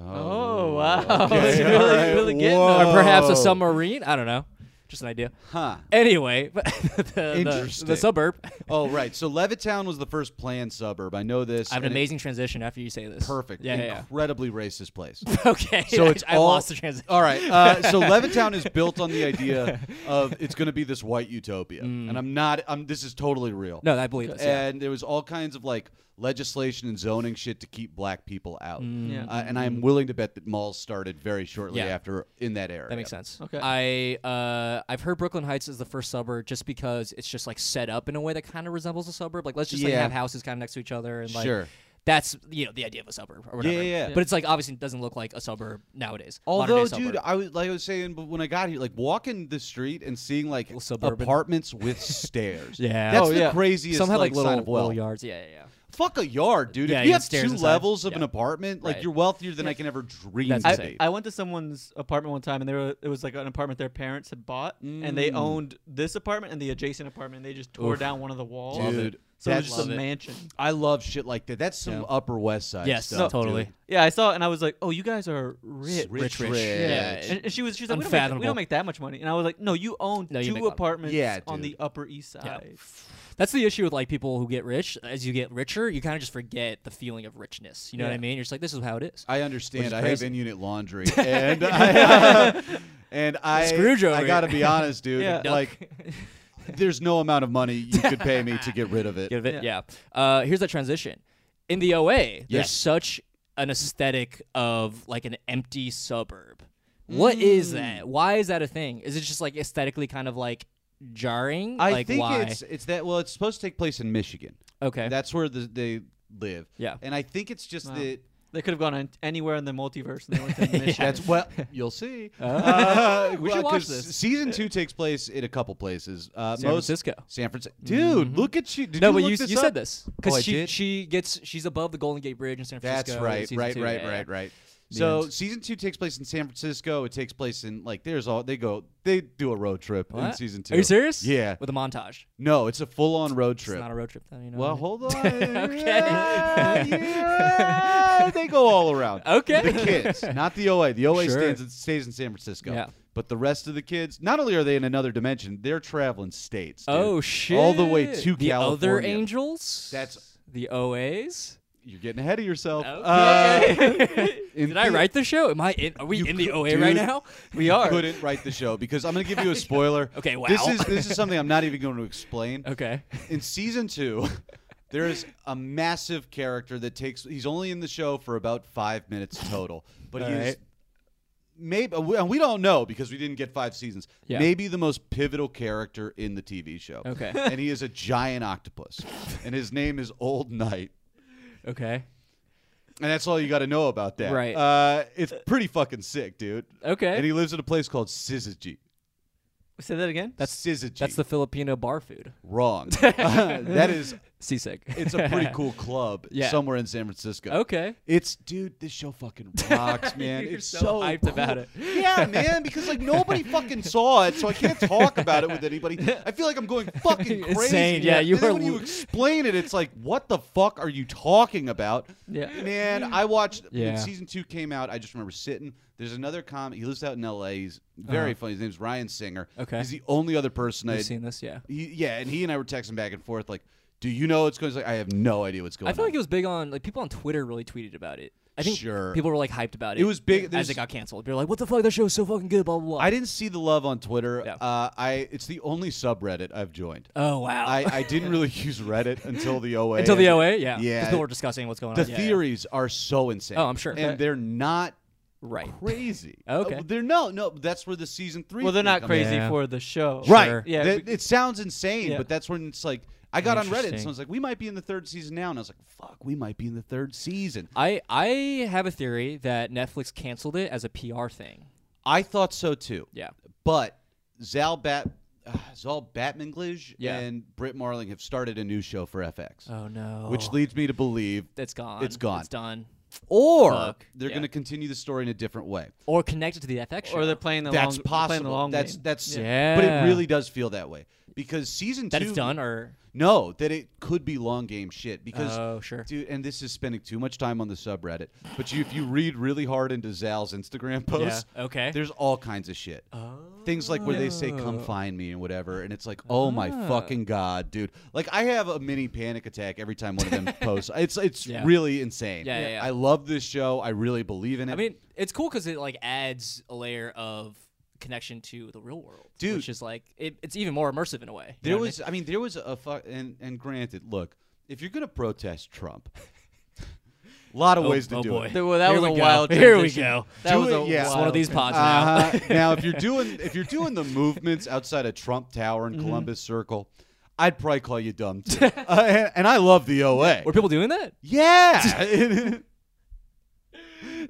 Oh wow,
Okay,
It's
all
really,
right.
really getting
Whoa.
them.
Or perhaps
Oh.
a submarine. I don't know. Just an idea.
Huh.
Anyway, but the, the,
Interesting.
the suburb.
Oh, right. So Levittown was the first planned suburb. I know this.
I have an
and it-
amazing transition after you say this.
perfect,
Yeah, yeah,
incredibly racist place.
yeah. Okay.
So it's
I,
all,
I lost the transition.
All right. Uh, so Levittown is built on the idea of it's going to be this white utopia, and I'm not. I'm. This is totally real.
Mm. No, I believe this. Yeah.
And there was all kinds of like legislation and zoning shit to keep black people out.
Yeah.
Uh, and I'm willing to bet that malls started very shortly
Mm. Yeah.
after in that area.
That makes sense.
Okay.
I uh, I've heard Brooklyn Heights is the first suburb just because it's just like set up in a way that kind of resembles a suburb. Like let's just like
Yeah.
have houses kind of next to each other and like
Sure.
that's you know the idea of a suburb or whatever.
yeah, yeah.
But it's like obviously it doesn't look like a suburb nowadays. modern-day
Although,
suburb.
dude, I was like I was saying, but when I got here, like walking the street and seeing like
Little suburban.
apartments with stairs.
yeah,
that's
Oh,
the
yeah.
craziest
Some have
like,
like, little,
sign of wealth.
little yards. Yeah, yeah, yeah.
Fuck a yard, dude.
Yeah,
if
you
you have
got
two
stairs inside.
levels of an
Yeah.
apartment, like
Right.
you're wealthier than I can ever dream
That's
to
insane.
be.
I went to someone's apartment one time, and they were it was like an apartment their parents had bought, and
Mm.
they owned this apartment and the adjacent apartment. And they just tore down one of the walls,
Dude,
So it was
that's-
just a
Love it.
mansion.
I love shit like that. That's some Upper West Side
Yes,
stuff.
no, totally.
dude.
Yeah, I saw it, and I was like, "Oh, you guys are rich."
Rich, rich.
rich. Yeah,
rich.
And, and she was, she's like, we don't, make that, "We
Unfathomable.
don't make that much money," and I was like, "No, you own
No, you make a
two
lot.
apartments
Yeah,
on
dude.
the Upper East Side."
Yeah. That's the issue with like people who get rich. As you get richer, you kind of just forget the feeling of richness. You know what I
Yeah.
mean? You're just like, this is how it is.
I understand.
is
I have
crazy.
in-unit laundry, and I, uh, and I
Scrooge over
I
here.
gotta be honest, dude.
Yeah.
Like, there's no amount of money you could pay me to get rid of it.
Get it? Yeah. Uh, here's the transition. In the OA,
Yes.
there's such an aesthetic of like an empty suburb. What is that? Why is that a thing? Is it just like aesthetically kind of like jarring?
I
like
think
why?
it's it's that. Well, it's supposed to take place in Michigan.
okay.
That's where the, they live.
Yeah.
and I think it's just
Wow.
that.
They could have gone an- anywhere in the multiverse, and they went to Michigan.
That's well, you'll see. Uh,
We should
well,
watch
'cause
this.
Season two takes place in a couple places. Uh,
San
most-
Francisco. Mm-hmm.
San Francisco. Dude, look at you. Did
no,
you
but
look
you,
this
you
up?
said this because
Oh, I
she
did?
she gets she's above the Golden Gate Bridge in San Francisco.
That's
in
right,
season
right,
two.
right,
Yeah, yeah.
right, right. So
end.
season two takes place in San Francisco. It takes place in like there's all they go they do a road trip in
What?
season two.
Are you serious?
Yeah.
With a montage.
No, it's a full on road
It's
trip.
not a road trip, though. You know.
well,
what I mean?
hold on.
Okay.
Yeah, yeah, they go all around.
Okay.
The kids, not the OA. The OA
Sure.
stands in, stays in San Francisco.
Yeah.
But the rest of the kids, not only are they in another dimension, they're traveling states. dude.
Oh shit!
All the way to
the other
California.
angels.
That's
the OAs.
you're getting ahead of yourself.
Okay.
Uh, in
Did I
the-
write the show? Am I in? Are we
You
in the
could-
OA
dude.
right now?
we are.
couldn't write the show because I'm going to give you a spoiler.
Okay, wow.
This is this is something I'm not even going to explain.
Okay.
In season 2, there is a massive character that takes he's only in the show for about 5 minutes total, but
All
he's
right.
maybe and uh, we and we don't know because we didn't get 5 seasons.
Yeah.
Maybe the most pivotal character in the TV show.
Okay.
And he is a giant octopus. and his name is Old Knight.
Okay.
And that's all you got to know about that.
Right.
Uh, it's pretty fucking sick, dude.
Okay.
And he lives in a place called Syzygy.
Say that again.
That's Syzygy.
That's the Filipino bar food.
wrong. that is,
Seasick.
it's a pretty cool club
Yeah.
somewhere in San Francisco.
okay.
It's dude, this show fucking rocks, man.
You're
it's
so
so,
hyped
cool.
about it.
Yeah, man, because like nobody fucking saw it, so I can't talk about it with anybody. I feel like I'm going fucking crazy.
Insane, yeah, you
And then
are
when
lo-
you explain it, it's like, what the fuck are you talking about?
Yeah.
Man, I watched
Yeah.
when season two came out, I just remember sitting. There's another comic. He lives out in LA. He's very funny. His name's Ryan Singer.
Uh-huh. Okay.
He's the only other person I
I've
had
seen this. Yeah.
he, yeah, and he and I were texting back and forth, like, "Do you know what's going?" He's like, "I have no idea what's going."
I feel
on.
like it was big on like people on Twitter really tweeted about it. I think
Sure.
people were like hyped about it.
It was big-
as
there's-
it got canceled. They're like, "What the fuck? That show's so fucking good." Blah blah blah.
I didn't see the love on Twitter.
Yeah.
Uh, I it's the only subreddit I've joined.
oh wow.
I, I didn't really use Reddit until the OA.
Until the
and
OA, yeah. 'Cause
Yeah.
People were discussing what's going
The
on. Yeah, yeah.
theories are so insane.
Oh, I'm sure.
and they're not
Right.
crazy.
Okay.
Uh, they're no, no. That's where the season three.
well, they're
thing
not
comes in.
crazy
Yeah.
for the show,
Right.
Yeah.
That-
we-
it sounds insane,
Yeah.
but that's when it's like I got on Reddit and
Interesting.
someone's like, "We might be in the third season now," and I was like, "Fuck, we might be in the third season."
I I have a theory that Netflix canceled it as a PR thing.
I thought so too.
Yeah.
But Zal Bat, uh, Zal Batmanglish
Yeah.
and Britt Marling have started a new show for FX,
Oh no.
which leads me to believe,
it's gone.
It's gone.
It's done.
or
Fuck.
they're
Yeah.
going to continue the story in a different way.
Or connected to the FX show.
or they're playing the
that's
long. Playing the
possible.
long
that's
game.
that's,
Yeah.
but
Yeah.
it really does feel that way because season
that
two
it's done or
No, that it could be long game shit because
Oh, sure.
dude, and this is spending too much time on the subreddit. But you, if you read really hard into Zal's Instagram posts,
okay. Oh.
there's all kinds of shit. Things like where they say "come find me" and whatever, and it's like, oh my
Ah.
fucking god, dude! Like I have a mini panic attack every time one of them posts. It's it's
Yeah.
really insane.
Yeah, yeah, yeah.
I love this show. I really believe in it.
I mean, it's cool because it like adds a layer of connection to the real world,
Dude.
Which is like it, it's even more immersive in a way. You
There
know what I
was, I mean, there was a fuck, and and granted, look, if you're gonna protest Trump, a lot of
mean?
ways to
oh, oh
do
boy.
it.
There- well, that
Here
was
we
a
go.
wild
Here we
transition.
go.
That
Do
was
it,
a
yeah.
It's one of these
wild
pods now. Mm-hmm.
Uh-huh. now, if you're doing if you're doing the movements outside of Trump Tower and Columbus Circle, I'd probably call you dumb too. Uh, and, and I love the OA.
Were people doing that?
Yeah. and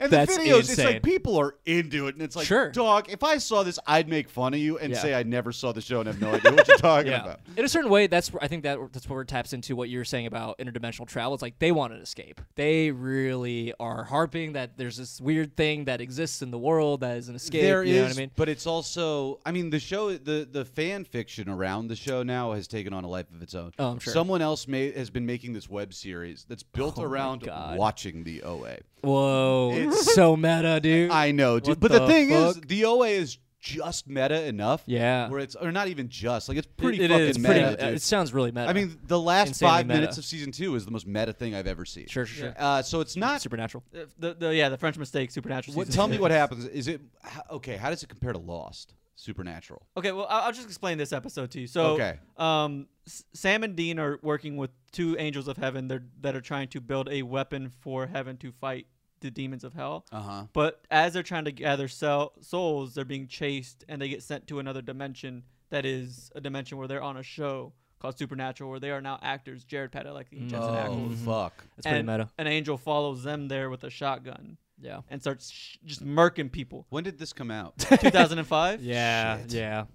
That's
the videos, it's
insane.
like people are into it, and it's like,
Sure.
dog, if I saw this, I'd make fun of you and
Yeah.
say I never saw the show and have no idea what you're talking
Yeah.
about.
In a certain way, that's where- I think that that's where it taps into what you're saying about interdimensional travel. It's like they want an escape. They really are harping that there's this weird thing that exists in the world that is an escape.
There
you
is,
know what I mean?
but it's also, I mean, the show, the the fan fiction around the show now has taken on a life of its own.
Oh, I'm sure.
Someone else made, has been making this web series that's built
Oh my
around
God.
watching the OA.
Whoa,
It's-
it's so meta, dude.
I know, dude.
What
But the,
the
thing is,
fuck?
the OA is just meta enough.
Yeah.
Where it's or not even just like it's
It-
pretty
it
fucking
is
meta.
pretty-
dude.
uh, It sounds really meta.
I mean, the last
Insanely
five
meta.
minutes of season two is the most meta thing I've ever seen.
sure, sure, sure.
Uh, so it's not.
Supernatural.
The, the, the- yeah, the French Mistake, Supernatural.
What,
season
tell
two.
me what happens. Is it how, okay? How does it compare to Lost? Supernatural.
Okay, well, I'll I'll just explain this episode to you. So,
Okay.
um, S- Sam and Dean are working with two angels of heaven that that are trying to build a weapon for heaven to fight the demons of hell.
Uh huh.
But as they're trying to gather sel- souls, they're being chased and they get sent to another dimension that is a dimension where they're on a show called Supernatural, where they are now actors. Jared Padalecki and Jensen
Oh
Ackles.
Mm-hmm.
fuck.
That's pretty
and
meta.
An angel follows them there with a shotgun
Yeah.
and starts sh- just murking people.
When did this come out?
2005.
Yeah,
Shit.
yeah.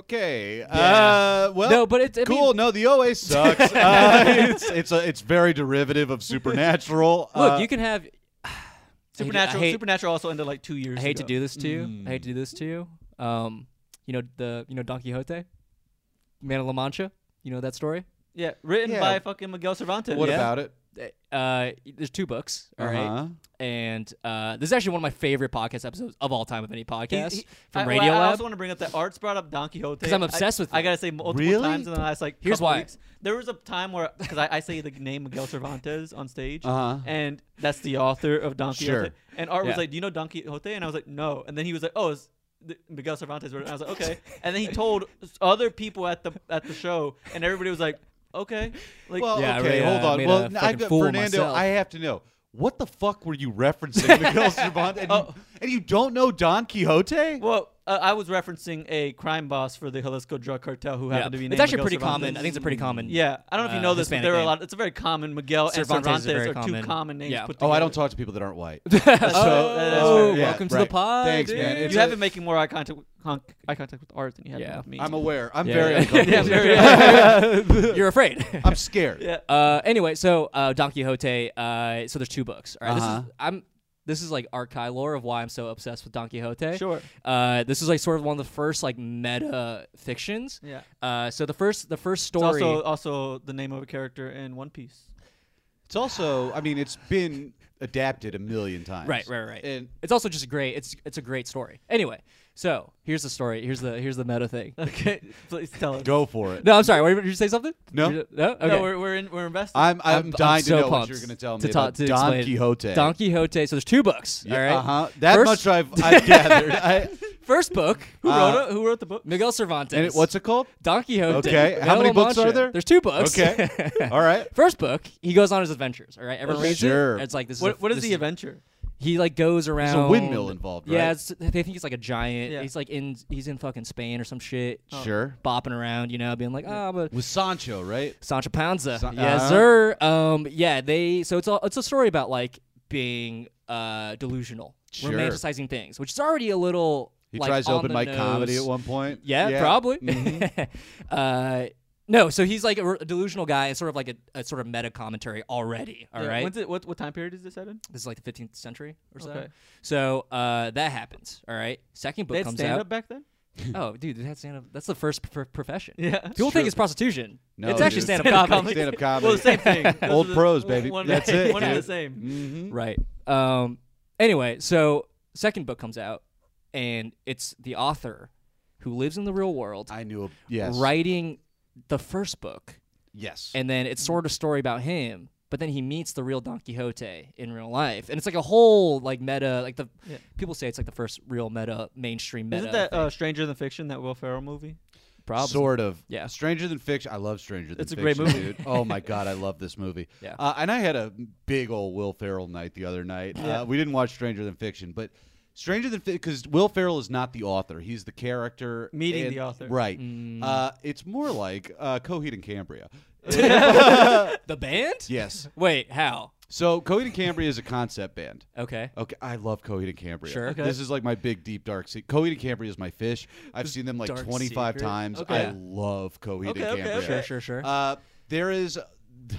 Okay. Uh, well,
No, but it's- I
cool.
mean-
no, the OA sucks. uh, it's it's, a, it's very derivative of Supernatural.
Look,
Uh,
you can have.
Supernatural.
I hate,
Supernatural also ended like two years.
I hate to
ago.
do this to you. I hate to do this to you. Um, you know the you know Don Quixote, Man of La Mancha. You know that story.
Yeah, written
Yeah.
by fucking Miguel Cervantes.
What
yeah.
about it?
Uh, there's two books. all right?
Uh-huh.
and uh, this is actually one of my favorite podcast episodes of all time of any podcast
He- he-
from
I, well,
Radio
I
Lab.
also want to bring up that Arts brought up Don Quixote
'Cause I'm obsessed
I,
with
I
it.
gotta say multiple
Really?
times in the last like.
Here's
couple
why.
Weeks. There was a time where because I, I say the name Miguel Cervantes on stage,
Uh-huh.
and that's the author of Don Quixote.
Sure.
And Art
Yeah.
was like, "Do you know Don Quixote?" And I was like, "No." And then he was like, "Oh." It's, the- Miguel Cervantes wrote it. And I was like, okay. And then he told other people at the at the show, and everybody was like, okay. Like,
Well,
Yeah, I
okay,
really, uh,
hold on.
made
Well,
a
n-
fucking
I've got,
fool of
Fernando,
myself.
I have to know what the fuck were you referencing, Miguel Cervantes, and,
Oh.
and you don't know Don Quixote?
Well, uh, I was referencing a crime boss for the Jalisco drug cartel who happened to be.
it's
named
actually
Miguel
pretty
Cervantes.
common. I think it's a pretty common.
Yeah, I don't know if you
uh,
know this,
Hispanic
but there are a
name.
lot. It's a very common. Miguel
Cervantes
and
is
Cervantes
very
are
common.
two common names.
Yeah.
Put
oh, I don't
together.
talk to people that aren't white.
That's
So-
true. That is
Oh,
fair.
Yeah,
welcome to
right.
the pod.
Thanks,
dude.
man. It's
you
a-
haven't making more eye contact, with, con- eye contact with Art than you have
Yeah.
with me.
I'm aware. I'm
Yeah,
very
yeah.
uncomfortable.
yeah, very-
You're afraid.
I'm scared.
yeah.
Uh, anyway, so uh, Don Quixote. Uh, so there's two books. All right?
Uh-huh.
this is I'm this is like archive lore of why I'm so obsessed with Don Quixote.
Sure.
Uh, this is like sort of one of the first like meta fictions.
Yeah.
Uh, so the first the first
It's
story.
also also the name of a character in One Piece.
It's also, I mean, it's been adapted a million times.
Right, right, right.
And
it's also just great. It's it's a great story. Anyway, so here's the story. Here's the here's the meta thing.
Okay, please tell us.
go for it.
No, I'm sorry. What, did you say something?
No.
You're- No. Okay.
No, we're we're in, we're invested.
I'm, I'm, dying to
so
know what
pumped
you're going to tell me
to
about
talk- to
Don
explain.
Quixote.
Don Quixote. So there's two books.
Yeah,
all right.
Uh-huh. That much
First-
I've, I've gathered. I,
First book.
who
uh,
wrote it? Who wrote the book?
Miguel Cervantes.
and it, what's it called?
Don Quixote.
Okay, how
Miguel
many
La
books are
Mancha.
there?
There's two books.
Okay. All right.
First book, he goes on his adventures. All right, everyone reads
Sure.
it. It's like this. is
What,
a-
what is
this
the adventure?
He like goes around.
windmill involved, right?
Yeah, it's, they think he's like a giant.
Yeah. Oh.
He's like in he's in fucking Spain or some shit,
Sure.
bopping around, you know, being like, ah, but
With Sancho, right?
Sancho Panza.
Sa-
yes,
uh-huh.
sir. Um, yeah, they. So it's all it's a story about like being uh delusional,
Sure.
romanticizing things, which is already a little.
He
like,
tries to
on
open
the
mic
nose.
comedy at one point.
Yeah, probably.
Mhm.
Mm-hmm.
uh, no, so he's like a, r- a delusional guy, and sort of like a, a sort of meta commentary already. All right,
Yeah, When's it, what what time period is this set in?
this is like the 15th century or so.
Okay.
So uh, that happens. All right, second book
They had
comes
stand
out.
up back then.
Oh, dude, they had stand up. That's the first pr- profession.
Yeah.
People think it's prostitution.
No,
it's actually
dude.
stand
Stand-up
up
comedy.
Stand
comedy.
up comedy.
Well, the same thing. Those
Old
are the-
pros, baby.
One,
That's it,
One and the
dude.
same.
Mhm.
right. Um. Anyway, so second book comes out, and it's the author who lives in the real world
I knew. A, yes.
writing the first book,
Yes.
and then
Mm-hmm.
it's sort of story about him. But then he meets the real Don Quixote in real life, and it's like a whole like meta, like the
Yeah.
people say it's like the first real meta mainstream meta.
Isn't that
thing.
uh, Stranger Than Fiction, that Will Ferrell movie?
Probably.
Sort of.
Yeah.
Stranger Than Fiction. I love Stranger Than
It's a
Fiction.
great movie.
dude. Oh my god, I love this movie.
Yeah.
Uh, and I had a big old Will Ferrell night the other night. Uh, we didn't watch Stranger Than Fiction, but Stranger than because Will Ferrell is not the author; he's the character
Meeting
and-
the author. Mm.
Right. Uh, it's more like uh, Coheed and Cambria.
The band?
Yes.
Wait, how?
So Coheed and Cambria is a concept band.
Okay.
Okay, I love Coheed and Cambria.
Sure. Okay.
This is like my big deep dark secret. Coheed and Cambria is my fish. I've seen them like
Dark
25
secret?
times.
Okay.
I love Coheed
Okay,
and
okay,
Cambria.
okay.
Sure, sure, sure.
Uh, there is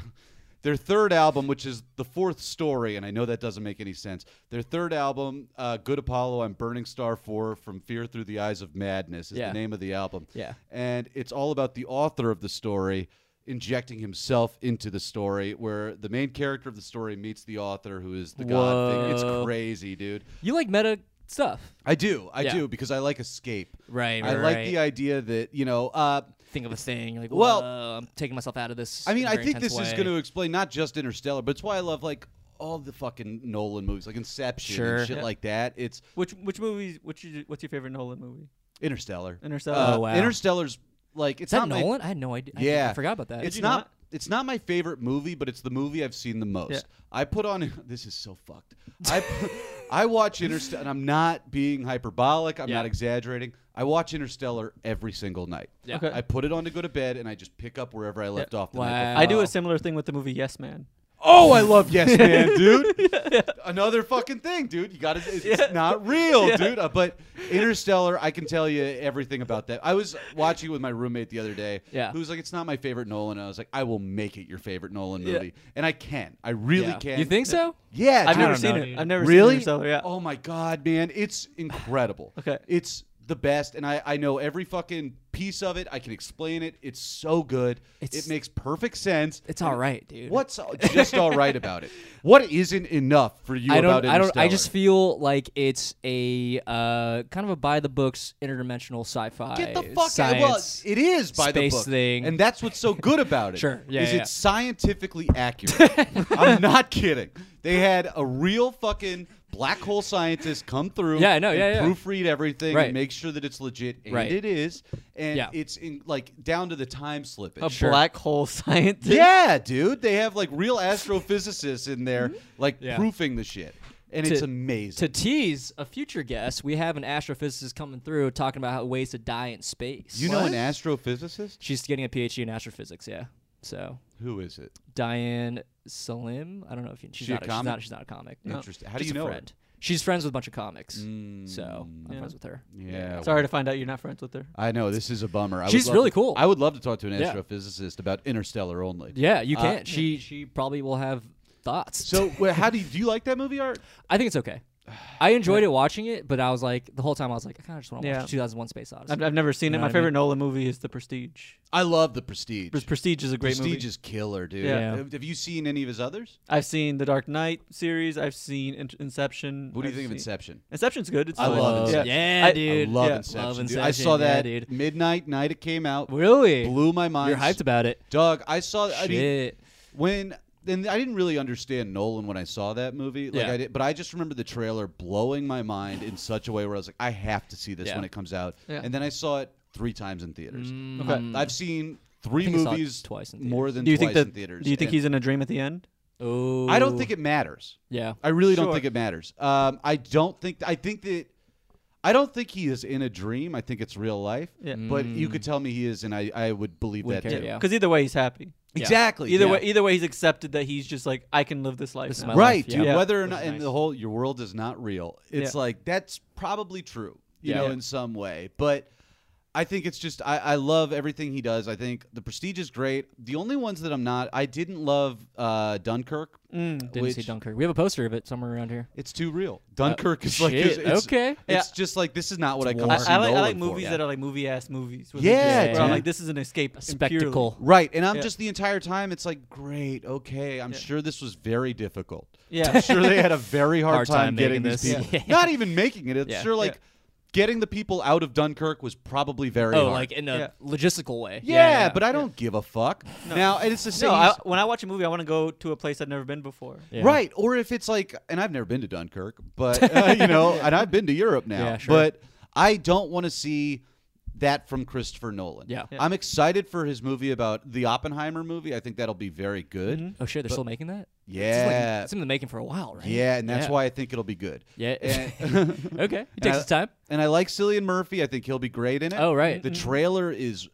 their third album, which is the fourth story, and I know that doesn't make any sense. Their third album, uh, Good Apollo, I'm Burning Star 4 From Fear Through the Eyes of Madness, is
Yeah.
the name of the album.
Yeah.
And it's all about the author of the story injecting himself into the story where the main character of the story meets the author who is the god thing. It's
Whoa.
crazy, dude.
you like meta stuff.
I do. I
Yeah.
do because I like escape.
Right,
I
right,
like
right.
the idea that, you know, uh,
Think of a thing. You're like,
Well-
well, I'm taking myself out of this.
I mean,
in a
I
very
think
intense
this is
way."
going to explain not just Interstellar, but it's why I love like all the fucking Nolan movies, like Inception and
Sure.
shit
Yeah.
like that. It's
Which which movies? Which is, what's your favorite Nolan movie?
Interstellar.
Interstellar.
Uh,
Oh, wow.
Interstellar's like it's
Is that
not my-
Nolan? I had no idea. I-
yeah,
I, forgot about that.
It's
you
not,
not?
It's not my favorite movie, but it's the movie I've seen the most.
Yeah.
I put on. This is so fucked. I put- I watch Interstellar, and I'm not being hyperbolic. I'm
Yeah.
not exaggerating. I watch Interstellar every single night.
Yeah.
Okay.
I put it on to go to bed, and I just pick up wherever I left off. The night
Wow.
before.
I do
Oh.
a similar thing with the movie Yes Man.
Oh, I love Yes Man, dude. Another fucking thing, dude. You got to. It's it's not real, dude. Uh, but Interstellar, I can tell you everything about that. I was watching it with my roommate the other day.
Yeah.
Who was like, "It's not my favorite Nolan." And I was like, "I will make it your favorite Nolan movie," and I can. I really
Yeah.
can.
You think so?
Yeah.
I've
dude.
never
don't know,
seen it.
dude.
I've never
really?
seen Interstellar. Yeah.
Oh my god, man, it's incredible.
Okay.
It's the best, and I I know every fucking piece of it. I can explain it. It's so good.
It's-
it makes perfect sense.
It's all right, dude.
What's all- just all right about it? What isn't enough for you
I don't.
about
I don't. I
Interstellar?
just feel like it's a uh, kind of a by the books interdimensional sci-fi.
Get the fuck out! Well,
science.
it is by
space
the book,
thing.
and that's what's so good about it.
Sure, yeah,
is
yeah, yeah.
it's scientifically accurate. I'm not kidding. They had a real fucking black hole scientist come through.
Yeah, I know,
and
yeah, yeah.
Proofread everything
Right.
and make sure that it's legit, and
Right.
it is. And
Yeah. Oh,
it's in like down to the time slippage.
a
Sure.
black hole scientist.
Yeah, dude. They have like real astrophysicists in there, like
Mm-hmm. Yeah.
proofing the shit, and it's amazing.
To tease a future guest, we have an astrophysicist coming through talking about how ways to die in space.
You know an astrophysicist?
she's getting a PhD in astrophysics. Yeah. So
Who is it?
Diane Salim. I don't know if you, she's,
She a
not she's
comic?
not. She's not a comic. No.
Interesting. How do
Just
you
a
know? her? Mm,
friend. She's friends with a bunch of comics. so I'm
Yeah.
friends with her.
Yeah.
Sorry to find out you're not friends with her.
I know this is a bummer. I would
She's
love
really
to-
cool.
I would love to talk to an
Yeah.
astrophysicist about Interstellar only.
Yeah, you
Uh,
can't. she she probably will have thoughts.
So, wh- how do you, do you like that movie, Art?
I think it's okay. I enjoyed it watching it, but I was like the whole time I was like, I kind of just want to
Yeah.
watch 2001: Space Odyssey.
I've, I've never seen
You know
it. My
what I mean?
favorite Nolan movie is The Prestige.
I love The Prestige.
Pres- Prestige is a great
Prestige
movie.
is killer, dude.
Yeah.
Have, have you seen any of his others?
I've seen the Dark Knight series. I've seen In- Inception.
What do you
I've
think of
seen-
Inception?
Inception's good. It's
I
fine.
love
yeah.
Inception.
Yeah,
I- I
dude.
I love,
yeah.
Inception,
Love
dude. I saw
Inception, yeah,
that
dude.
midnight night it came out.
Really?
Blew my mind.
You're hyped about it.
Doug, I saw. I mean,
Shit.
when then I didn't really understand Nolan when I saw that movie. Like
Yeah.
I did, but I just remember the trailer blowing my mind in such a way where I was like, I have to see this
Yeah.
when it comes out.
Yeah.
And then I saw it three times in theaters.
Okay.
I've seen three
think Mm. I saw it
movies
twice in
more than
Do you
twice
think that?
in theaters.
Do you think
and
he's in a dream at the end?
Oh.
I don't think it matters.
Yeah.
I really don't
Sure.
think it matters. Um, I don't think. I think that. I don't think he is in a dream. I think it's real life.
Yeah.
But you could tell me he is, and I, I would believe
Mm. Wouldn't
that
care,
too.
yeah.
Because either way, he's happy.
Exactly.
Either
yeah.
way, either way, he's accepted that he's just like I can live this life.
This is
now.
my life.
right, dude.
yeah.
Whether or
Which
not,
is
and the
nice.
whole your world is not real. It's
Yeah.
like that's probably true, you
Yeah.
know,
Yeah.
in some way. But I think it's just I, I love everything he does. I think The Prestige is great. The only ones that I'm not, I didn't love uh, Dunkirk.
Mm,
Didn't see
which-
Dunkirk. We have a poster of it somewhere around here.
It's too real.
Uh,
Dunkirk is like
shit,
it's- it's-
okay.
It's just like this is not what I come
I,
to
I
see
like I
Nolan
like
for.
movies that are like movie ass movies. where they
Yeah,
just- where I'm
dude.
like this is an escape
A
and purely-
spectacle.
Right, and I'm
Yeah.
just the entire time. It's like, great, okay. I'm sure this was very difficult.
Yeah.
I'm sure they had a very hard,
Hard
time,
time
getting
making
these
this.
people.
Yeah.
Not even making it. It's
Yeah.
sure like
Yeah.
getting the people out of Dunkirk was probably very
Oh,
hard.
like in a
Yeah.
logistical way.
yeah, but I don't give a fuck. Now, and it's the same.
No, I, when I watch a movie, I want to go to a place I've never been before.
Yeah.
Right, or if it's like, and I've never been to Dunkirk, but uh, you know, and I've been to Europe now,
Yeah, sure.
but I don't want to see that from Christopher Nolan.
Yeah.
Yeah.
I'm excited for his movie about the Oppenheimer movie. I think that'll be very good.
Oh shit, they're still making that. It's, like-
Yeah.
it's in the making for a while, right?
yeah, and that's
Yeah.
why I think it'll be good.
Yeah.
And,
Okay, it takes
I-
its time.
and I like Cillian Murphy. I think he'll be great in it.
Oh, right.
The trailer is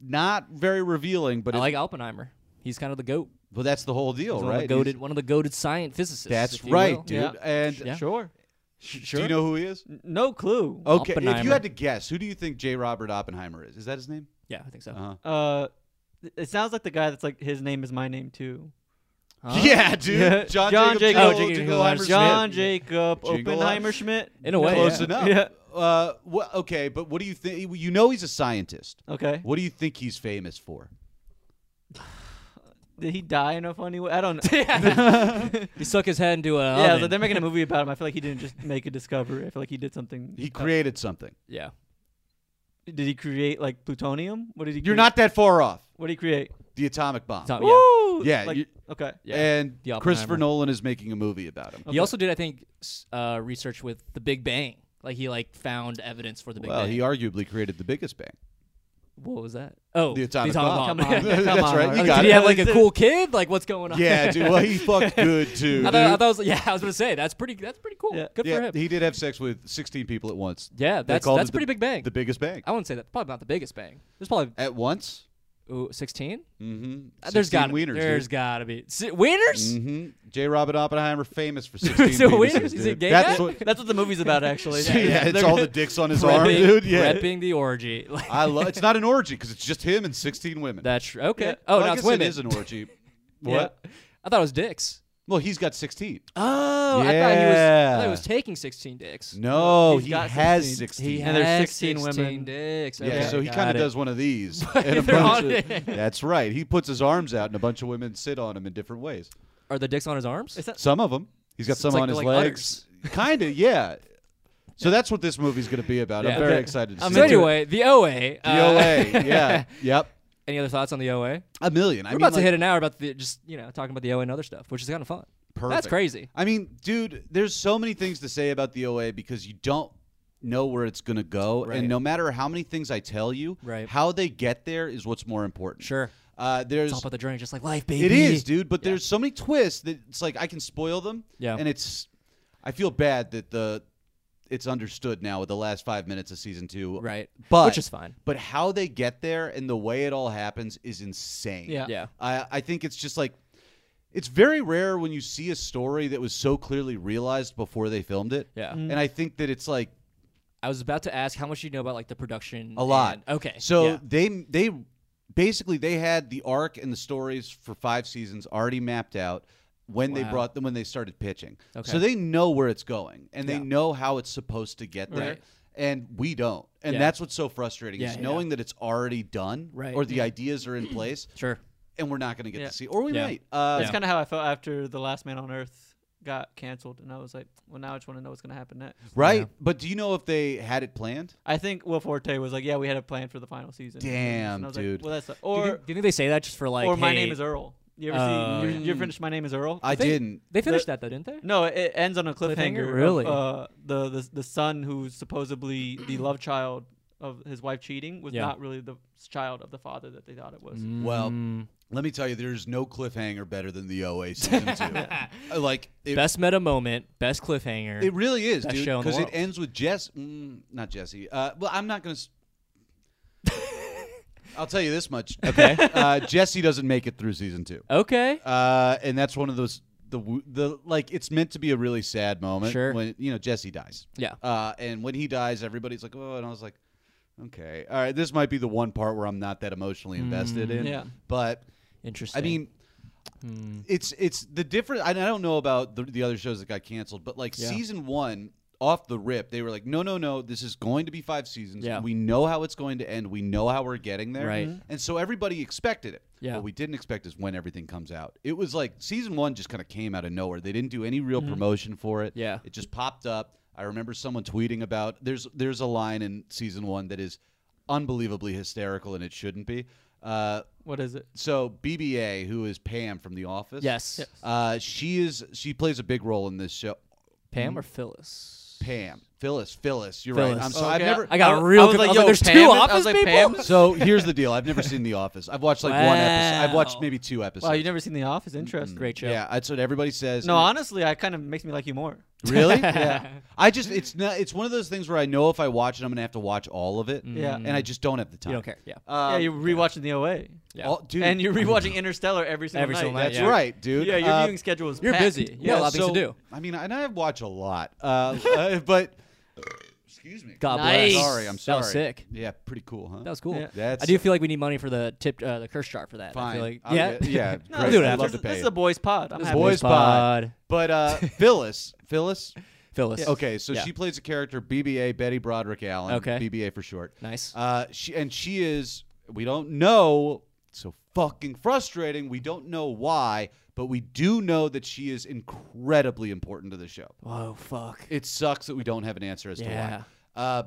not very revealing, but
I
it-
like Oppenheimer. He's kind of the goat.
well, that's the whole deal,
He's one, of the
right?
goaded,
He's-
one of the goaded science physicists.
That's
if you
right,
will.
dude.
Yeah.
And
Yeah.
Sure.
do you know who he is?
N- No clue.
Okay, if you
Oppenheimer.
had to guess, who do you think J. Robert Oppenheimer is? Is that his name?
Yeah, I think so.
Uh-huh.
Uh, th- it sounds like the guy that's like his name is my name too.
Huh?
Yeah, dude.
Yeah.
John,
John
Jacob,
Jacob-
Jingle-
Oh, Jacob
Jingleheimer
Schmidt.
John
Schmidt.
Jacob
Jingle
Oppenheimer
Hop.
Schmidt.
In a way,
Close
yeah.
enough.
Yeah.
Uh, wha- okay, but what do you think? You know he's a scientist.
Okay.
What do you think he's famous for?
Did he die in a funny way? I don't know. yeah,
He stuck his head into a.
I was
oven.
like, they're making a movie about him. I feel like he didn't just make a discovery. I feel like he did something.
He created something.
yeah.
did he create like plutonium? What did he?
You're
create?
not that far off.
What did he create?
The atomic bomb.
Tom- yeah.
Woo!
Yeah,
Like,
you-
okay.
Yeah.
And
The Oppenheimer.
Christopher Nolan is making a movie about him.
He also did, I think, s- uh, research with the Big Bang. Like he like found evidence for the Big
Well,
Bang.
he arguably created the biggest bang.
what was that? Oh,
The atomic bomb.
Come on,
Yeah.
come
That's
on.
right. You
Like,
got
did
it.
he have like a cool kid? Like what's going on?
Yeah, dude. Well, he fucked good too.
I thought,
dude.
I thought it was, yeah, I was gonna say that's pretty. That's pretty cool.
Yeah.
Good for
yeah,
him.
he did have sex with 16 people at once.
yeah,
They
that's
called
that's
it
pretty
the-
big bang.
The biggest bang.
I wouldn't say that. Probably not the biggest bang. There's probably
At once?
ooh, 16.
Mm-hmm.
Uh, There's got
wieners.
There's gotta be si- wieners.
Mm-hmm. J. Robert Oppenheimer famous for 16
So
penises,
wieners? Is
dude.
he a gay
That's
guy?
what.
That's what the movie's about, actually.
Yeah, it's all the dicks on his arm,
Repping-
dude. Yeah.
repping the orgy. Like,
I love. It's not an orgy because it's just him and 16 women.
that's tr- okay.
Yeah.
Oh,
Well, I
no,
guess
it's women.
It is an orgy. what?
Yeah. I thought it was dicks.
Well, he's got 16.
Oh, I thought he was. I thought
Yeah.
he was taking 16 dicks.
No,
He's
he
got
has
16.
16.
He
And there's
had
16 women.
dicks.
yeah,
Okay,
so he
got
kind of
it.
does one of these. and a
They're
bunch
on
of-
it.
that's right. He puts his arms out, and a bunch of women sit on him in different ways.
Are the dicks on his arms?
It's not-
Some of them. He's got some
like-
on his
like
legs. Kind of, yeah. So that's what this movie's going to be about. I'm
Yeah.
very
Okay.
excited to
I'm
see
so
it.
into
anyway, the OA.
The
uh,
OA, yeah, yep.
any other thoughts on the OA?
A million. I
We're
mean,
about to
like,
hit an hour about the just you know talking about the OA and other stuff, which is kind of fun. That's
perfect.
crazy.
I mean, dude, there's so many things to say about the OA because you don't know where it's going to go.
Right.
And no matter how many things I tell you,
Right.
how they get there is what's more important.
Sure.
Uh, there's
It's all about the journey, just like life, baby.
It is, dude. But there's so many twists that it's like I can spoil them.
Yeah.
And it's, I feel bad that the, it's understood now with the last five minutes of season two.
Right.
But
Which is fine.
But how they get there and the way it all happens is insane.
Yeah.
Yeah.
I I think it's just like, it's very rare when you see a story that was so clearly realized before they filmed it.
Yeah.
And I think that it's like
I was about to ask how much you know about like the production.
a lot.
and- okay.
So
Eh, yeah.
they they basically they had the arc and the stories for five seasons already mapped out when they
Wow.
brought them when they started pitching.
Okay.
So they know where it's going and they
Yeah.
know how it's supposed to get there.
Right.
And we don't. And
Yeah.
that's what's so frustrating
Yeah,
is
yeah,
knowing that it's already done
Right.
or the ideas are in place
sure.
and we're not going to get
Yeah.
to see or we
Yeah.
might. Uh,
That's kind of how I felt after The Last Man on Earth got canceled, and I was like, well, now I just want to know what's gonna happen next.
Right? But do you know if they had it planned?
I think Will Forte was like, yeah, we had a plan for the final season.
Damn,
and I was
dude.
Like, well, that's
Do you,
or
think, do you think they say that just for like?
or my name
hey-
is Earl. You ever
Oh,
see? You,
yeah.
you ever finished My Name is Earl?
I
think-
didn't.
They finished that though, didn't they?
No, it, it ends on a cliffhanger. of,
Really?
uh, the, the the son who's supposedly the love child of his wife cheating was
Yeah. Mm.
not really the child of the father that they thought it was.
Well, let me tell you, there's no cliffhanger better than the OA season two. Uh, like it,
Best meta moment, best cliffhanger.
It really is,
Best
dude.
show in the
Because it
world.
ends with Jess, mm, not Jesse. Uh, well, I'm not gonna. s- I'll tell you this much. Okay, uh, Jesse doesn't make it through season two,
okay.
uh, and that's one of those the w- the like it's meant to be a really sad moment
Sure.
when you know Jesse dies.
Yeah.
uh, and when he dies, everybody's like, oh, and I was like, okay, all right, this might be the one part where I'm not that emotionally invested in.
Yeah.
but
Interesting. Hmm.
I mean, it's it's the different. I I don't know about the, the other shows that got canceled, but like
Yeah.
season one off the rip, they were like, no, no, no, this is going to be five seasons.
Yeah.
We know how it's going to end. We know how we're getting there.
Right. Mhm.
And so everybody expected it.
Yeah.
What we didn't expect is when everything comes out. It was like season one just kind of came out of nowhere. They didn't do any real promotion for it.
Mm-hmm. Yeah.
It just popped up. I remember someone tweeting about there's there's a line in season one that is unbelievably hysterical and it shouldn't be. Uh,
What is it?
so BBA, who is Pam from The Office,
yes.
uh, she is she plays a big role in this show.
Pam or Phyllis?
Pam, Phyllis. Phyllis. You're right.
Phyllis.
I'm so I've
Okay,
never.
I got
I-
real.
I was
conf-
like,
I was
yo,
there's
Pam
two
is- I
office
was like,
people.
Pam-
So here's the deal. I've never seen The Office. I've watched like one episode. I've watched
Wow.
maybe two episodes.
Wow, Oh, you've never seen The Office? Interesting.
Great show.
Yeah, that's what everybody says.
No, honestly, I kind of makes me like you more.
really? yeah. I just it's not. It's one of those things where I know if I watch it, I'm gonna have to watch all of it.
Yeah.
And I just don't have the time.
Mm. You don't care. Uh, Yeah.
Um,
yeah, you're rewatching The OA.
Yeah.
all- dude,
And you're rewatching Interstellar every single
Every
night.
single night,
That's
yeah.
right, dude.
Yeah, your
Um,
viewing schedule is
You're
packed.
busy. You got a lot of things to do.
I mean, and I watch a lot, uh, uh, but excuse me.
God
Nice.
bless.
Sorry, I'm sorry.
That was sick.
Yeah, pretty cool, huh?
That was cool.
Yeah.
That's-
I do feel like we need money for the tip, uh, the curse chart for that. I
fine.
feel like,
I'll
yeah,
get- yeah.
No,
great.
Dude,
this,
I'd
is-
love to
this
pay.
is
it.
a boys pod. I'm
This is
happy.
boys
Boys pod.
pod.
But uh, Phyllis, Phyllis.
Phyllis.
Okay, so
Yeah.
she plays a character BBA Betty Broderick Allen.
Okay.
BBA for short.
Nice.
Uh, she and she is. We don't know. So fucking frustrating. We don't know why, but we do know that she is incredibly important to the show.
Whoa, fuck.
It sucks that we don't have an answer as
Yeah.
to why. Uh,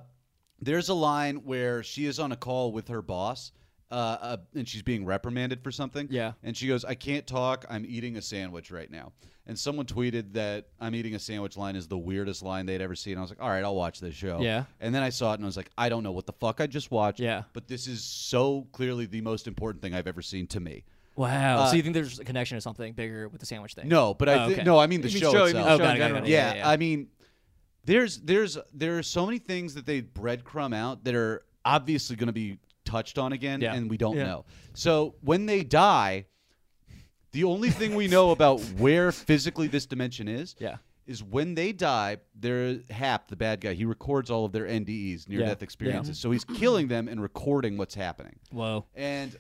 there's a line where she is on a call with her boss, uh, uh, and she's being reprimanded for something.
Yeah.
and she goes, "I can't talk. I'm eating a sandwich right now." And someone tweeted that "I'm eating a sandwich" line is the weirdest line they'd ever seen. I was like, "All right, I'll watch this show."
Yeah.
and then I saw it and I was like, "I don't know what the fuck I just watched."
Yeah.
but this is so clearly the most important thing I've ever seen to me.
Wow. so you think there's a connection to something bigger with the sandwich thing?
No, but I
Oh,
thi-
okay.
no, I mean the
You mean
show
show, you mean
itself.
the
Oh,
show
got
in
it, got it,
general.
got it.
yeah,
Yeah, yeah.
I mean, there's there's there are so many things that they breadcrumb out that are obviously going to be touched on again,
Yeah.
and we don't
Yeah.
know. So when they die, the only thing we know about where physically this dimension is,
Yeah.
is when they die, they're Hap, the bad guy. He records all of their NDEs, near death
Yeah.
experiences. So he's killing them and recording what's happening,
Whoa.
and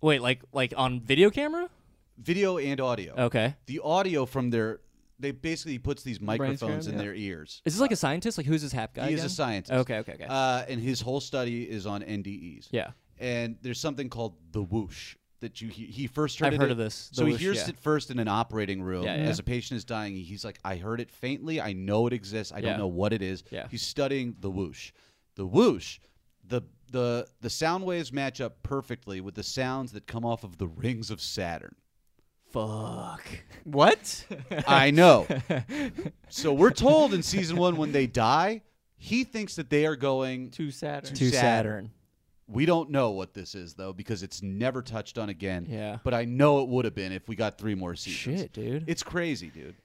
Wait, like like on video camera?
video and audio.
Okay.
The audio from their they basically he puts these microphones in
yeah.
their ears.
Is this like a scientist? Like who's this hap guy?
He is a
again?
scientist.
Okay, okay, okay.
Uh, and his whole study is on NDEs.
yeah.
And there's something called the whoosh that you he, he first heard.
I've
it
heard
in-
of this, the
So he
whoosh,
hears
yeah.
it first in an operating room
Yeah, yeah,
as a patient is dying. He's like, I heard it faintly. I know it exists. I
Yeah.
don't know what it is.
Yeah.
He's studying the whoosh. The whoosh. The the the sound waves match up perfectly with the sounds that come off of the rings of Saturn.
Fuck.
What?
I know. So we're told in season one when they die, he thinks that they are going
Too sad.
To Saturn. We don't know what this is though because it's never touched on again.
Yeah.
But I know it would have been if we got three more seasons.
Shit, dude.
It's crazy, dude.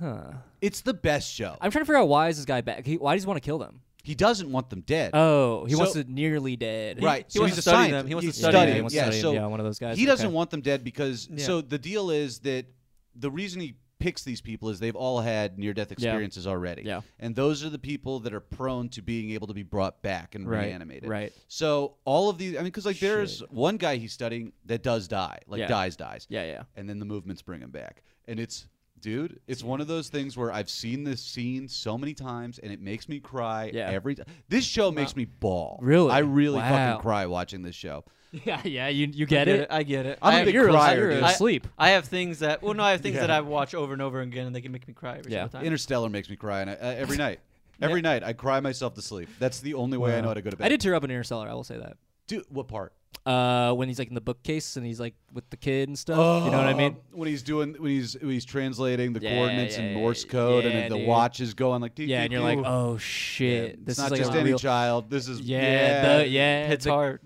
huh.
It's the best show.
I'm trying to figure out why is this guy back? He, why does he want to kill them?
he doesn't want them dead.
Oh, he wants
So-
to nearly dead.
right.
he
so
wants
he's
to
a
study them.
scientist.
He wants to
He's
study them.
studying.
He
wants to
yeah,
study
so
them. Yeah, one of those guys.
He doesn't
Okay.
want them dead because
Yeah.
so the deal is that the reason he picks these people is they've all had near death experiences already.
Yeah.
And those are the people that are prone to being able to be brought back and
Right,
reanimated.
right.
So all of these I mean cuz like there's one guy he's studying that does die. Like
Yeah.
dies dies.
Yeah, yeah.
and then the movements bring him back. And it's, dude, it's one of those things where I've seen this scene so many times, and it makes me cry
Yeah.
every time. This show makes me ball.
Really?
I really
Wow.
fucking cry watching this show.
Yeah, yeah. You you get,
Get
it?
it? I get it.
I'm a
I-
big
you're
crier,
you're
dude.
asleep.
I have things that well, no, I have things that I watch over and over again, and they can make me cry every
Yeah.
single time.
Interstellar makes me cry, and I, uh, every night, every night I cry myself to sleep. That's the only way I know how to go to bed.
I did tear up in Interstellar. I will say that.
Dude, what part?
Uh, when he's like in the bookcase and he's like with the kid and stuff. you know what I mean?
Um, when he's doing, when he's when he's translating the
Yeah,
coordinates in
yeah,
Morse
yeah,
code, and
yeah,
then the
dude.
watch is going like, dee,
Yeah,
dee,
and you're
dee.
like, oh shit,
It's
this
not
is like
just
a
any
real.
child. This is
yeah, the, yeah,
It's
the-
hard.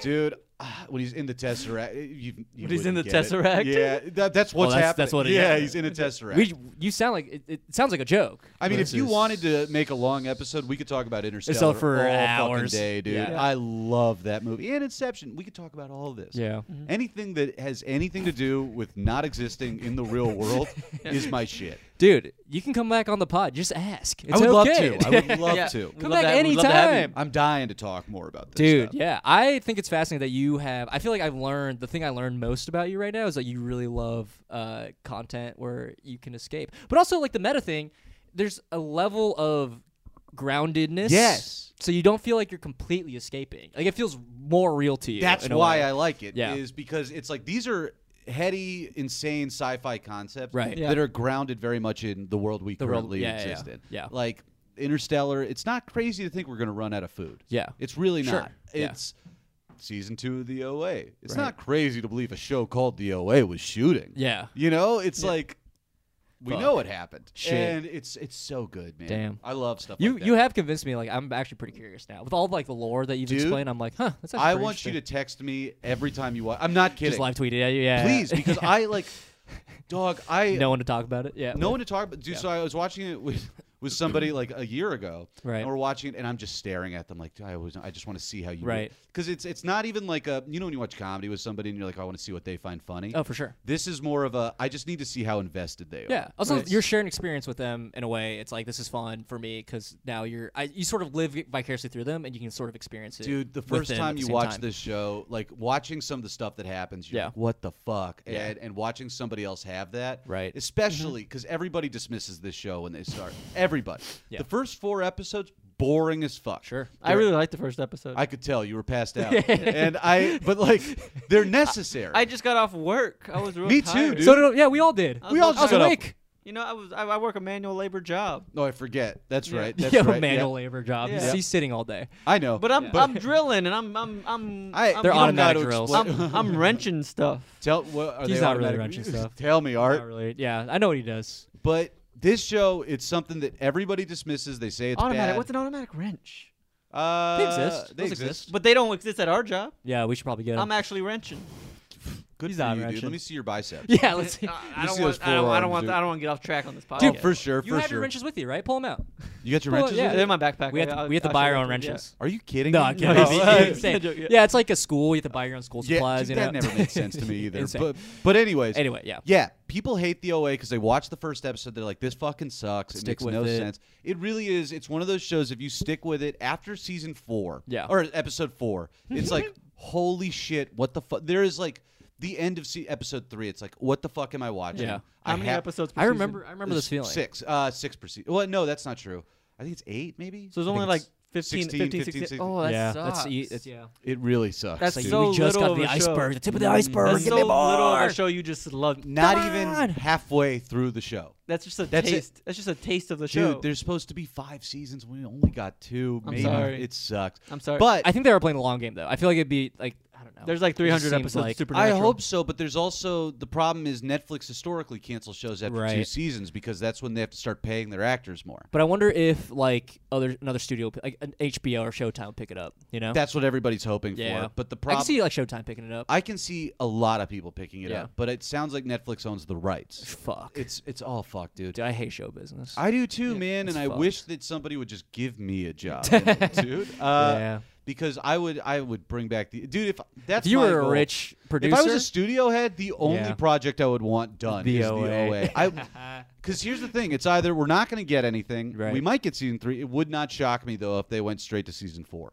Dude, ah, when he's in the tesseract, eh, you, you
When he's in
wouldn't
the
get it.
Tesseract?
yeah, that, that's what's
Oh, that's-
happening.
that's what it
yeah,
is.
he's in a tesseract.
We, you sound like it, it sounds like a joke.
I mean, if you
versus-
wanted to make a long episode, we could talk about Interstellar
Itself for
all
hours.
fucking day, dude.
Yeah.
I love that movie and Inception. We could talk about all of this.
Yeah.
anything that has anything to do with not existing in the real world is my shit.
dude, you can come back on the pod. Just ask. It's
I would
okay.
love to. I would love
Yeah.
to.
We'd
come
love
back
to have- we'd love to have you.
anytime.
I'm dying to talk more about this,
Dude,
stuff.
yeah, I think it's fascinating that you have. I feel like I've learned the thing I learned most about you right now is that you really love uh, content where you can escape, but also like the meta thing. There's a level of groundedness.
Yes.
So you don't feel like you're completely escaping. Like it feels more real to you.
That's
in a
why
way.
I like it. Is
Yeah.
because it's like these are heady, insane sci-fi concepts
Right.
Yeah.
that are grounded very much in the world we
The world-
currently
yeah, yeah,
exist
yeah.
in.
Yeah.
Like Interstellar, it's not crazy to think we're going to run out of food.
Yeah.
It's really
Sure.
not.
Yeah.
It's season 2 of the OA. It's not crazy to believe a show called the OA was shooting.
Yeah.
You know, it's like We know it happened.
Shit.
And it's it's so good, man.
Damn.
I love stuff
You
like that.
you have convinced me. Like I'm actually pretty curious now with all like the lore that you've
Dude,
explained. I'm like, huh. That's actually
I
pretty
want you to
interesting.
text me every time you watch. I'm not kidding.
just live tweet it. at you, Yeah,
Please, because I like dog, I
Uh, no one to talk about it. Yeah,
no one to talk about. Dude, so I was watching it with with somebody like a year ago,
Right.
And we're watching it, and I'm just staring at them like I always, I just want to see how you,
Right.
Because it's it's not even like a you know when you watch comedy with somebody and you're like "Oh, I want to see what they find funny.
Oh, for sure.
This is more of a I just need to see how invested they are.
Yeah. Also,
Right.
you're sharing experience with them in a way. It's like this is fun for me because now you're I, you sort of live vicariously through them and you can sort of experience it.
Dude, the
with
first
them at
time
the
you
same
watch
time.
this show, like watching some of the stuff that happens, you're
Yeah.
like, what the fuck?
Yeah.
And, and watching somebody else have that.
Right.
Especially because everybody dismisses this show when they start. everybody.
Yeah.
The first four episodes, boring as fuck.
sure.
I really liked the first episode.
I could tell you were passed out. and I, but like, they're necessary.
I just got off work. I was real
Me too,
tired.
dude.
So no, yeah, we all did.
We all
I was
just got up.
awake.
You know, I was I, I work a manual labor job,
no, I forget. That's
Yeah.
right. That's
yeah,
right.
manual
Yeah.
labor job.
Yeah.
He's,
Yeah.
he's sitting all day.
I know.
but I'm
Yeah.
I'm drilling and I'm I'm I'm
I,
I'm,
They're
you don't
automatic
gotta
drills.
explain-
I'm, I'm wrenching stuff.
Tell, what, are
He's
they
not really
automatic-
wrenching stuff.
Tell me, Art.
Not really. Yeah, I know what he does.
But this show, it's something that everybody dismisses. They say it's
automatic.
bad.
What's an automatic wrench?
Uh,
They exist.
They
Those
exist.
exist.
But they don't exist at our job.
Yeah, we should probably get him.
I'm actually wrenching.
Good
He's
for
not
you, dude.
wrenching.
Let me see your biceps.
yeah, let's see.
I, I
You
don't
see those
want. I don't, I don't
forearms,
want.
dude.
I don't want to get off track on this podcast.
Dude, Oh, for sure,
you
for
have
sure.
your wrenches with you, right? Pull them out.
You got your
Pull it,
wrenches?
yeah.
with
They're
you?
in my backpack.
We have
I-
to, we have to
I
buy our
showed
own
them, yeah.
wrenches.
Are you kidding
No,
me?
I'm kidding.
No.
It'd be
Yeah,
insane.
joke, yeah.
Yeah, it's like a school. You have to buy your own school
Yeah,
supplies.
dude,
you know?
that never made sense to me either.
Insane.
but but anyways,
Anyway, yeah.
yeah. People hate the OA because they watch the first episode. They're like, "This fucking sucks.
Stick
it
with
makes no
it.
sense." It really is. It's one of those shows. If you stick with it after season four,
Yeah.
or episode four, it's like, "Holy shit! What the fuck?" There is like the end of se- episode three. It's like, "What the fuck am I watching?"
Yeah.
I
How many
ha-
episodes? Per
I
season?
remember. I remember this feeling.
Six, uh, six per season. Well, no, that's not true. I think it's eight, maybe.
So there's
I think
only like
it's
15,
16,
15,
15,
16.
16.
Oh, that
yeah,
sucks.
that's, e- that's yeah.
It really sucks.
That's
dude.
so
we just
little
got the
of a show.
iceberg, the tip of the iceberg.
That's so
Give
little
me
of
more.
our show you just love.
not
Come
even
on.
halfway through the show.
That's just a
That's it.
taste. That's just a taste of the show.
Dude, there's supposed to be five seasons. We only got two.
I'm
Maybe.
sorry.
It sucks.
I'm sorry.
But
I think they were playing the long game though. I feel like it'd be like I don't know.
There's like
It just
300
seems
episodes
Like,
of Supernatural.
I hope so. But there's also the problem is Netflix historically cancels shows after two
Right.
seasons because that's when they have to start paying their actors more.
but I wonder if like other another studio like an HBO or Showtime will pick it up. You know?
That's what everybody's hoping
yeah.
for. But the
I
problem
can see like Showtime picking it up.
I can see a lot of people picking it
Yeah.
up, but it sounds like Netflix owns the rights.
Fuck.
It's it's all fucked, dude.
Dude, I hate show business.
I do too, man, and
it's
I
fucked.
wish that somebody would just give me a job, dude. Uh,
Yeah.
Because I would, I would bring back the dude. If that's
if you
my
were a
goal.
rich
if
producer,
I was a studio head, the only
Yeah.
project I would want done
The
is
OA.
the OA. Because here's the thing: it's either we're not going to get anything,
Right.
we might get season three. It would not shock me though if they went straight to season four.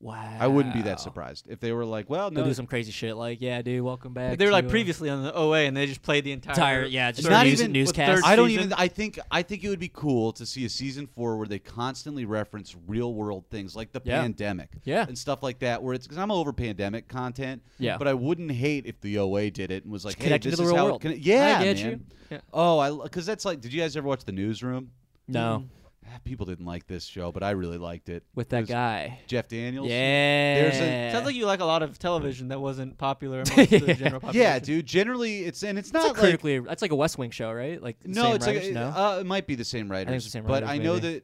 wow,
I wouldn't be that surprised if they were like, "Well,
They'll
no,
do some crazy shit like, yeah, dude, welcome back.
If they were like
to, uh,
previously on the OA and they just played the entire.
Entire- yeah, just
It's
third
Sure,
not
news-
season.
even
newscast.
third
I don't
season.
even. I think. I think it would be cool to see a season four where they constantly reference real world things like the
Yeah.
pandemic,
Yeah.
and stuff like that. Where it's because I'm over pandemic content.
Yeah.
but I wouldn't hate if the OA did it and was like,
Just
hey,
connect it
this
to the
is
real
how. it
world.
conne- yeah,
I get
man.
you.
Yeah.
Oh, I because that's like. Did you guys ever watch the newsroom?
No,
Ah, People didn't like this show, but I really liked it
with
It
that
was
guy.
Jeff Daniels.
Yeah.
Sounds like you like a lot of television that wasn't popular amongst the
Yeah.
general population.
yeah, dude. Generally, it's and it's
That's
not
like
like
critically. that's like a West Wing show, right? Like the
No,
same
it's
writers?
like
no.
uh, it might be the same writers,
the same
but
writers,
I know
maybe.
that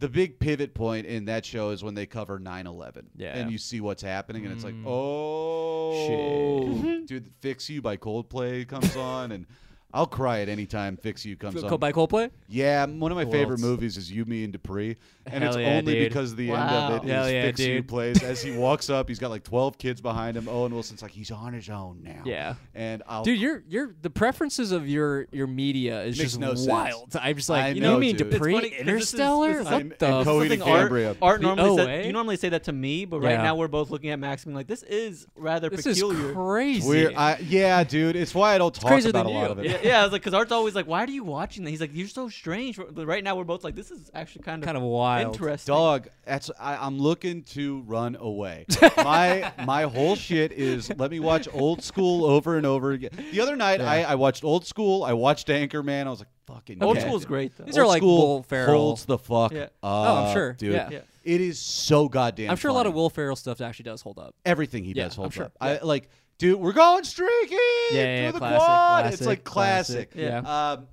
the big pivot point in that show is when they cover 9/11,
Yeah. Mm.
and you see what's happening, and it's like, oh, dude, "Fix You" by Coldplay comes on, and I'll cry at any time "Fix You" comes
Co-
on.
by Coldplay.
yeah, m- one of my
Who
favorite
else?
movies is You, Me, and Dupree, and it's
Hell yeah,
only
dude.
because the
Wow.
end of it is
Hell yeah,
"Fix You"
dude.
plays as he walks up. He's got like 12 kids behind him. Owen Wilson's like he's on his own now.
Yeah.
and I'll
Dude, your your the preferences of your your media is
Makes
just
no sense.
wild. I'm just
I
like, you
know,
know, mean
dude.
Dupree,
It's funny 'cause this is-
Interstellar,
this is-
what
I'm-
the
and
fuck?
Coed and
Something Art,
Oh, Cambria.
Art
The
normally
OA?
said, you normally say that to me, but
Oh,
right
eh? Yeah.
now we're both looking at Max being like, this is rather
This is
peculiar.
crazy.
We're, I, yeah, dude. It's why I don't talk
crazier
about a
than
lot
you.
of it.
yeah, yeah, I was like, because Art's always like, why are you watching that? He's like, you're so strange. But right now we're both like, this is actually kind of
Kind of wild.
interesting.
Dog, that's I, I'm looking to run away. my my whole shit is let me watch old school over and over again. The other night I, I watched old school, I watched Anchorman, I was like, fucking
Old
yeah.
school's great though.
These are
Old
like
school
Will Ferrell.
holds the fuck
Yeah.
up,
Oh, I'm sure.
Uh, dude.
Yeah.
Yeah.
It is so goddamn
I'm sure a lot
funny.
of Will Ferrell stuff actually does hold up.
everything he
Yeah,
does
I'm
holds
sure.
up. I like, dude, we're going streaking
Yeah, yeah,
through the
classic,
quad. it's
classic,
like classic.
classic,
Um,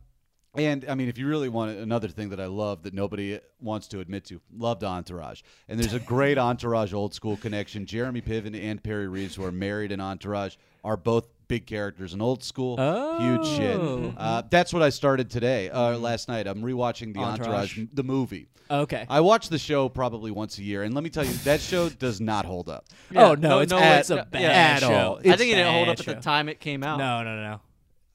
And I mean, if you really want another thing that I love that nobody wants to admit to, loved Entourage. And there's a great Entourage old school connection. Jeremy Piven and Perry Reeves, who are married in Entourage, are both big characters in old school. Huge shit.
Oh.
Uh, that's what I started today, uh, last night. I'm rewatching the
Entourage.
Entourage, the movie.
Okay.
I watch the show probably once a year, and let me tell you, that show does not hold up.
oh no,
no,
it's,
no,
at,
it's
a
not-
bad
yeah.
At
show.
all.
It's
I think it didn't hold
bad
up at the
show.
time it came out.
No, no, no.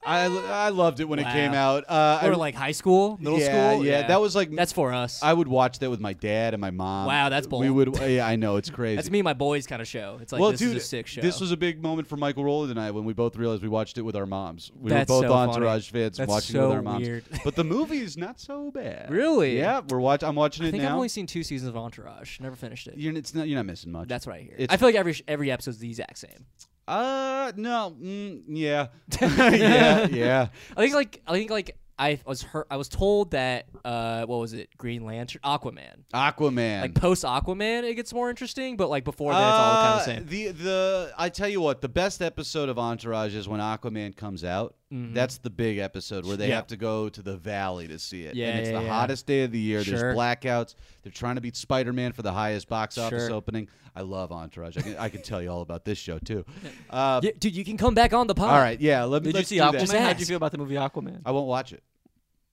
I, I loved it when it
Wow.
came out. Uh, I-
or like high school, middle
yeah,
school.
Yeah, that was like
that's for us.
I would watch that with my dad and my mom.
Wow, that's
We
bold.
would. Yeah, I know it's crazy.
that's me, and my boys kind of show. It's like
well,
this
dude,
is a sick show.
this was a big moment for Michael Rowland and I when we both realized we watched it with our moms. We
That's
were both
so
Entourage
funny.
fans
That's
watching it
so
with our moms.
weird.
But the movie is not so bad.
Really?
Yeah, we're watch. I'm watching it
I think
now.
I've only seen two seasons of Entourage. Never finished it.
you're, it's not, you're not missing much.
That's what I hear.
It's-
I feel like every sh- every episode's the exact same.
Uh, no. Mm, yeah. yeah. Yeah.
I think like I think like I was hurt. I was told that uh, what was it? Green Lantern, Aquaman.
Aquaman.
Like post Aquaman, it gets more interesting, but like before that, it's all kind of the
Uh,
same.
The the I tell you what, the best episode of Entourage is when Aquaman comes out. That's the big episode where they
Mm-hmm. Yeah.
have to go to the valley to see it.
Yeah,
and it's
yeah,
the
yeah.
hottest day of the year.
Sure.
There's blackouts. They're trying to beat Spider Man for the highest box office
Sure.
opening. I love Entourage. I can, I can tell you all about this show too. Uh,
Yeah, dude, you can come back on the pod.
All right, yeah. Let me.
Did you
let's
see
do that.
Aquaman?
Just
How'd you
ask.
feel about the movie Aquaman?
Uh,
I won't watch it.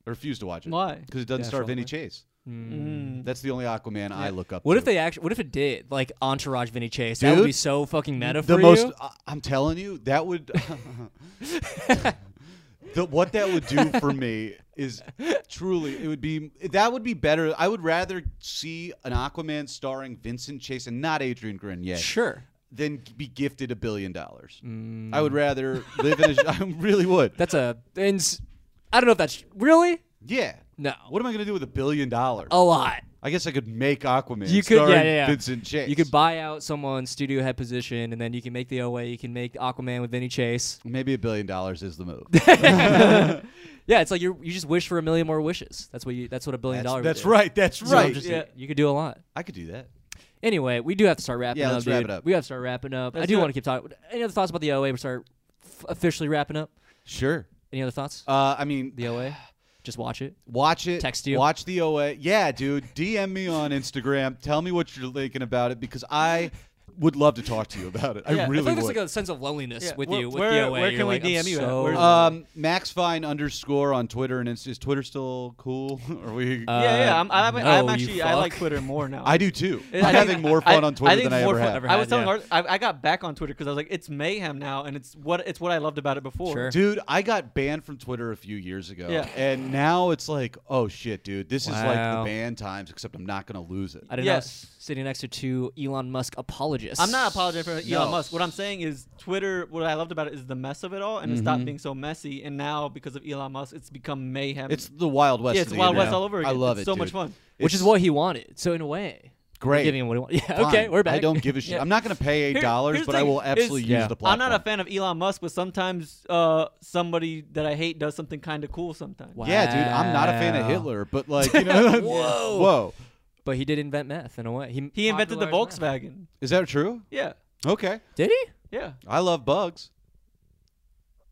I refuse to watch it.
Why?
Because it doesn't star Vinny
Definitely.
Chase.
Mm.
That's the only Aquaman I look up.
Hmm. What
to.
if they actually? What if it did? Like Entourage, Vinny Chase. that would
Dude,
be so fucking meta for
the
you.
most I, i'm telling you that would the, what that would do for me is truly it would be that would be better i would rather see an aquaman starring vincent chase and not adrian grenier
sure. Mm.
than be gifted a billion dollars i would rather live in a i really would
That's a. Ins- I don't know if that's really
yeah
no.
what am i going to do with a billion dollars
A lot.
i guess i could make aquaman
You could, yeah,
starring
yeah, yeah.
vincent chase
You could buy out someone's studio head position, and then you can make the OA. You can make Aquaman with Vinny Chase.
maybe a billion dollars is the move
Yeah, it's like you you just wish for a million more wishes. That's what you. That's what a billion
that's,
dollars.
that's right that's right
just- Yeah.
You could do a lot.
i could do that
Anyway, we do have to start wrapping
Yeah,
up.
let's wrap
dude.
it up.
We have to start wrapping up. I
Let's
do
do
want to
it.
keep talking. Any other thoughts about the OA? We start f- officially wrapping up.
sure
Any other thoughts?
Uh, I mean,
the OA. Just watch it.
watch it.
Text you.
Watch the OA. Yeah, dude. DM me on Instagram. Tell me what you're thinking about it because I would love to talk to you about it. I
Yeah, I
really
I feel like there's
would.
like a sense of loneliness
Yeah,
with
where-
you with
where-
the OA.
where
You're
can we
like, I'm
DM you at?
so-
Where's-
um, Max Fine underscore on Twitter and is, is Twitter still cool? Are we?
Uh,
yeah, yeah. I'm, I'm, I'm
no, you
actually I like
fuck.
Twitter more now.
I do too. I'm
think-
having more fun
I-
on Twitter
think
than I
more
ever
fun-
have.
ever
I
had,
was telling
yeah.
Art, I, I got back on Twitter because I was like, it's mayhem now, and it's what it's what I loved about it before.
Sure.
Dude, I got banned from Twitter a few years ago,
Yeah.
and now it's like, oh shit, dude, this is like
Wow.
the ban times, except I'm not gonna lose it.
I don't
Yes.
know. Sitting next to two Elon Musk apologists.
I'm not apologizing for Elon
No.
Musk. What I'm saying is Twitter. What I loved about it is the mess of it all, and it
Mm-hmm.
stopped being so messy. And now because of Elon Musk, it's become mayhem.
It's the Wild West.
yeah,
of
it's
the
Wild West
internet.
all over again.
I love
it's
it.
So much
dude.
fun.
Which is
It's
what he wanted. So in a way,
great.
giving him what he wanted. Yeah.
Fine.
Okay, we're back.
I don't give a shit. I'm not going to pay eight
Here-
dollars,
here's
but
the
I will
thing,
absolutely
is-
use
Yeah.
the platform.
I'm not a fan of Elon Musk, but sometimes uh, somebody that I hate does something kind of cool. Sometimes.
Wow.
Yeah, dude, I'm not a fan of
Wow.
Hitler, but like, you know,
Whoa.
whoa,
But he did invent meth in a way. He
He invented the
popularized meth.
Volkswagen.
is that true?
Yeah.
Okay,
Did he?
Yeah.
I love bugs.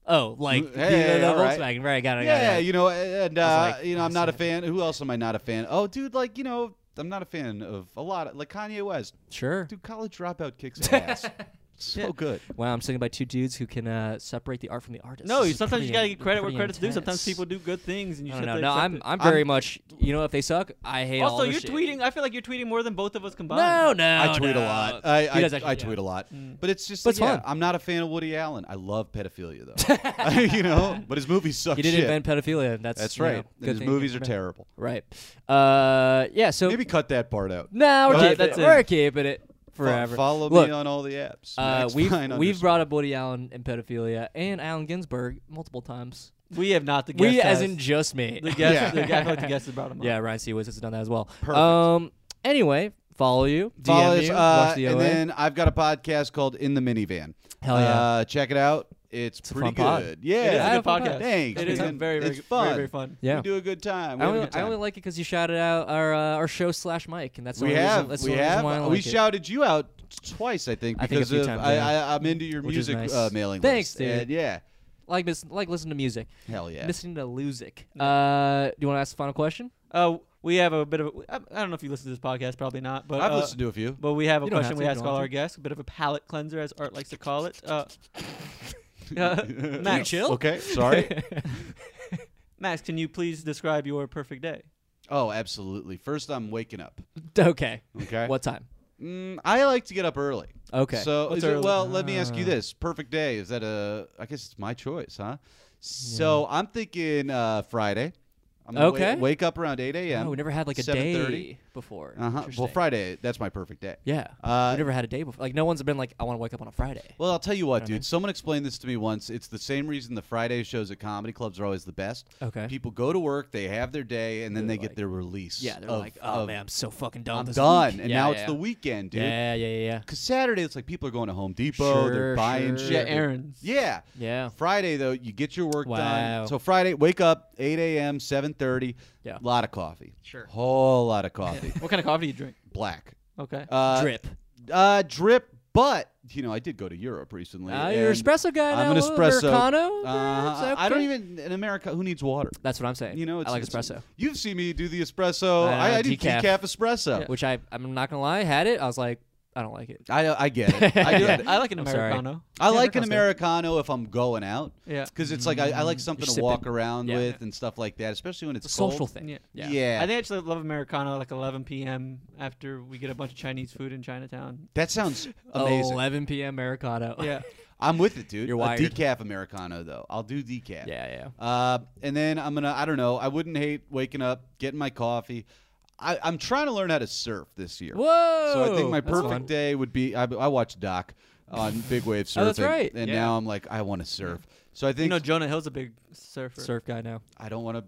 Oh, like
Hey,
he invented the
all Mm, right.
Volkswagen. Right. Got it.
Yeah,
Got it.
you know, and uh,
like,
you know, I'm
I
not a
said-
fan. Who else am I not a fan? Oh, dude, like you know, I'm not a fan of a lot of like Kanye West.
Sure.
Dude, college dropout kicks ass. so good.
Wow, I'm sitting by two dudes who can uh, separate the art from the artist.
No,
This
you,
is
sometimes
pretty
you gotta
in-
get credit where
pretty
credit's due. Sometimes
intense.
people do good things, and you
I
should.
don't know.
have
No,
to accept
I'm
it.
I'm very much. You know, if they suck, I hate all
Also,
the
you're
shit.
tweeting. I feel like you're tweeting more than both of us combined.
No, no.
I tweet
no.
a lot. I, I,
He does actually,
I
yeah.
tweet a lot, but it's just
But
like,
it's
yeah,
fun.
I'm not a fan of Woody Allen. I love pedophilia though, you know, but his movies suck.
He did
shit.
invent pedophilia. That's
That's
you know,
right. and
good
his
thing he
movies are
invented-
terrible.
Right. Uh, yeah. So
Maybe cut that part out.
no, we're
No,
keeping
that's
it.
it.
We're keeping it
Fo-
forever.
follow
Look,
me on all the apps.
Uh,
Max
we've
Fine
we've
underscore.
brought up Woody Allen and pedophilia and Allen Ginsberg multiple times.
we have not the guest.
We, as
has.
in just me.
the guest.
Yeah.
The, guy- I feel like the guest has brought him up.
yeah, Ryan Seawoods has done that as well.
Perfect.
Um. Anyway, follow you. DM
Follow us,
you,
uh,
watch the
and
OA.
then I've got a podcast called In the Minivan.
Hell yeah.
Uh, check it out. It's,
a
pretty
fun pod.
good.
It is
Yeah,
I
a
have
good
fun
podcast.
podcast.
Thanks.
It is
man.
a very, very,
it's fun.
very, very fun.
yeah.
We do a good time. We
I
have a
only,
good
I
time.
only like it because you shouted out our uh, our show slash mic, and that's the
we
only reason-
have,
that's the
we
only reason
have.
why I
we
like it.
shouted you out t- twice, I think,
I think a
because
few
of
times,
I,
yeah.
I, I'm into your
Which is
music
nice.
uh, mailing list.
Thanks, dude.
And yeah,
Like miss, like listen to music.
Hell yeah.
Listening to music. Uh, do you want to ask the final question?
Uh, we have a bit of. I I don't know if you listen to this podcast, probably not. But
I've
uh,
listened to a few.
But we have a
You don't
question
have to,
we
you
ask
don't
all
have
our
to.
guests, a bit of a palate cleanser, as Art likes to call it. Uh, uh, Max,
Okay, sorry.
Max, can you please describe your perfect day?
oh, absolutely. First, I'm waking up.
Okay.
Okay.
What time?
Mm, I like to get up early.
Okay.
So,
What's
is it-
early?
well, let me ask you this: Perfect day is that a? I guess it's my choice, huh? So I'm thinking uh, Friday. I'm gonna wa-
Okay.
Wake, up around 8 a.m.
oh, we never had like a
7:30.
day before.
Um, Uh-huh. Well,
Interesting.
Friday, that's my perfect day.
Yeah.
Uh,
we never had a day before. Like no one's been like, I want to wake up on a Friday.
Well, I'll tell you what, dude. Someone explained this to me once. It's the same reason the Friday shows at comedy clubs are always the best.
Okay.
People go to work, they have their day, and then they get
like-
their release.
yeah. They're
of-
like, oh
of,
man, I'm so fucking done.
I'm
this
done.
week."
And
Yeah,
now
yeah,
it's the
yeah.
weekend, dude.
Yeah, yeah, yeah, yeah.
Because Saturday, it's like people are going to Home Depot,
Sure,
they're buying
sure.
shit.
Yeah,
they're-
errands.
Yeah.
Yeah.
Friday though, you get your work
Wow.
done. So Friday, wake up 8 a.m., 7:30.
Yeah.
lot of coffee.
Sure.
whole lot of coffee.
What kind of coffee do you drink?
Black.
Okay.
Uh,
Drip.
Uh, drip. But you know, I did go to Europe recently.
Ah, you're an
and
espresso guy
I'm
now,
an
huh?
espresso.
Americano?
Uh,
That's
I don't
okay.
even in America. Who needs water?
That's what I'm saying.
You know, it's,
I like
it's-
espresso.
You've seen me do the espresso.
Uh,
I, I do
decaf.
decaf, espresso.
which I I'm not gonna lie, I had it. I was like, I don't like it.
I I get it. I get it.
I like an
I'm sorry.
Americano.
I like an
Americano's good.
Americano if I'm going out.
Yeah.
Because it's like I, I like something to
sipping.
walk around
Yeah.
with and stuff like that, especially when it's
It's a social
cold.
thing.
Yeah.
Yeah.
yeah.
I think I actually love Americano like 11 p.m. after we get a bunch of Chinese food in Chinatown.
That sounds amazing.
11 p.m. Americano.
Yeah.
I'm with it, dude.
Oh, You're
a
wired.
decaf Americano though. I'll do decaf.
yeah, yeah.
Uh, and then I'm gonna. I don't know. I wouldn't hate waking up, getting my coffee. I, I'm trying to learn how to surf this year.
Whoa!
So I think my
That's fun.
perfect day would be. I, I watched Doc on big wave surfing.
Oh, that's right.
And
Yeah.
now I'm like, I want to surf. So I think
You know, Jonah Hill's a big surfer.
Surf guy now.
I don't want to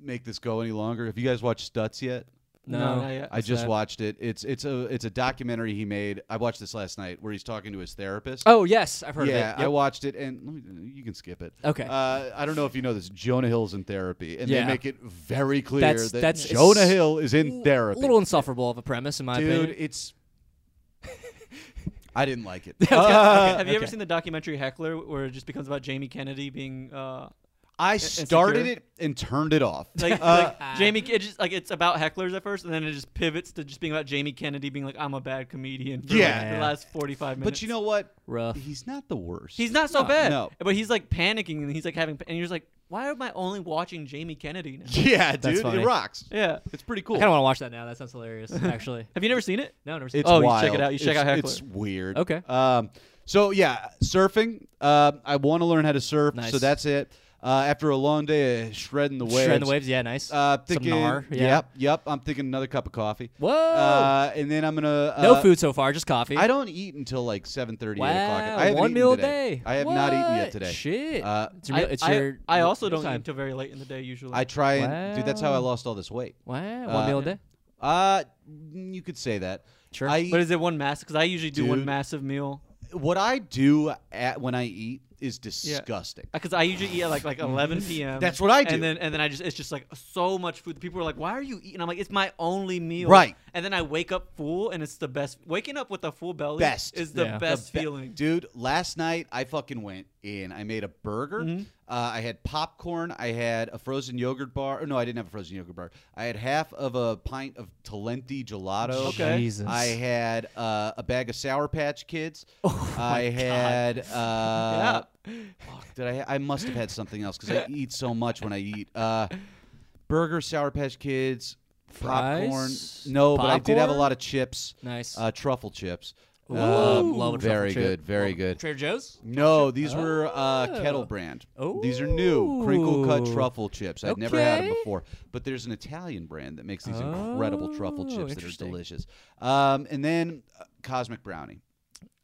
make this go any longer. Have you guys watched Stutz yet?
No,
No,
not yet.
I just
that?
watched it. It's it's a it's a documentary he made. I watched this last night where he's talking to his therapist.
Oh yes, I've heard
yeah,
of it.
I
Yep.
watched it, and let me, you can skip it.
Okay.
Uh, I don't know if you know this. Jonah Hill's in therapy, and
Yeah.
they make it very clear
That's-
that
that's-
Jonah
it's
Hill is in therapy.
A little insufferable of a premise, in my
Dude,
opinion.
it's. I didn't like it.
Okay, Have you ever
okay.
seen the documentary Heckler, where it just becomes about Jamie Kennedy being uh,
I started
insecure?
it and turned it off.
like,
Uh,
like Jamie? It just like it's about hecklers at first, and then it just pivots to just being about Jamie Kennedy being like, "I'm a bad comedian." For like,
Yeah.
the last 45 minutes.
but you know what?
Rough.
He's not the worst.
he's not so bad.
no.
but he's like panicking, and he's like having, and you're just like, "Why am I only watching Jamie Kennedy now?"
Yeah, dude,
funny.
it rocks.
yeah.
It's pretty
I
cool.
kind of want to watch that now. That sounds hilarious, actually.
Have you never seen it?
No, I've never seen.
It's
Oh,
it.
you check
wild.
it out. You check
It's-
out Heckler.
It's weird.
Okay.
Um, so yeah, surfing. Um, I want to learn how to surf.
Nice.
So that's it. Uh, after a long day of shredding the waves.
Shredding the waves. Yeah, nice.
Uh,
Some
thinking.
gnar. Yeah.
Yep. Yep. I'm thinking another cup of coffee.
Whoa.
Uh, and then I'm gonna. Uh,
no food so far, just coffee.
I don't eat until like 7:30, 8 o'clock.
Wow,
I haven't
one
eaten
meal a
today.
day.
I have not eaten
What?
yet today.
Shit.
Uh,
It's your meal- it's
I,
your-
I also
your
don't eat
time.
until very late in the day usually.
I try and dude. That's how I
Wow.
lost all this weight.
Wow, one
Uh,
meal a day.
Uh, you could say that.
Sure.
I,
but is it one massive? Because I usually do one
Dude.
massive meal.
what I do at, when I eat is disgusting.
Because I usually eat at like like 11 p.m.
Mm-hmm. That's what I do.
And then and then I just it's just like so much food. People are like, "Why are you eating?" I'm like, "It's my only meal."
Right.
And then I wake up full, and it's the best. Waking up with a full belly
Best.
is the
Yeah. The
best
Ba-
feeling.
Dude, last night I fucking went in. I made a burger.
Mm-hmm.
Uh, I had popcorn. I had a frozen yogurt bar. Oh, No, I didn't have a frozen yogurt bar. I had half of a pint of Talenti gelato.
Okay.
Jesus.
I had uh, a bag of Sour Patch Kids.
Oh
I had. Uh, fuck, did I? I must have had something else because I eat so much when I eat. Uh, burger, Sour Patch Kids, popcorn.
Fries?
No, but I did have a
Popcorn?
lot of chips.
Nice.
Uh, truffle chips.
Ooh.
Um,
Love a truffle
very
chip.
good, very good.
Trader Joe's.
No, these were uh, kettle brand. These are new crinkle cut
Ooh.
truffle chips. I've never had them
Okay.
before, but there's an Italian brand that makes these incredible truffle
Oh,
chips that are
interesting.
delicious. Um, and then uh, Cosmic Brownie,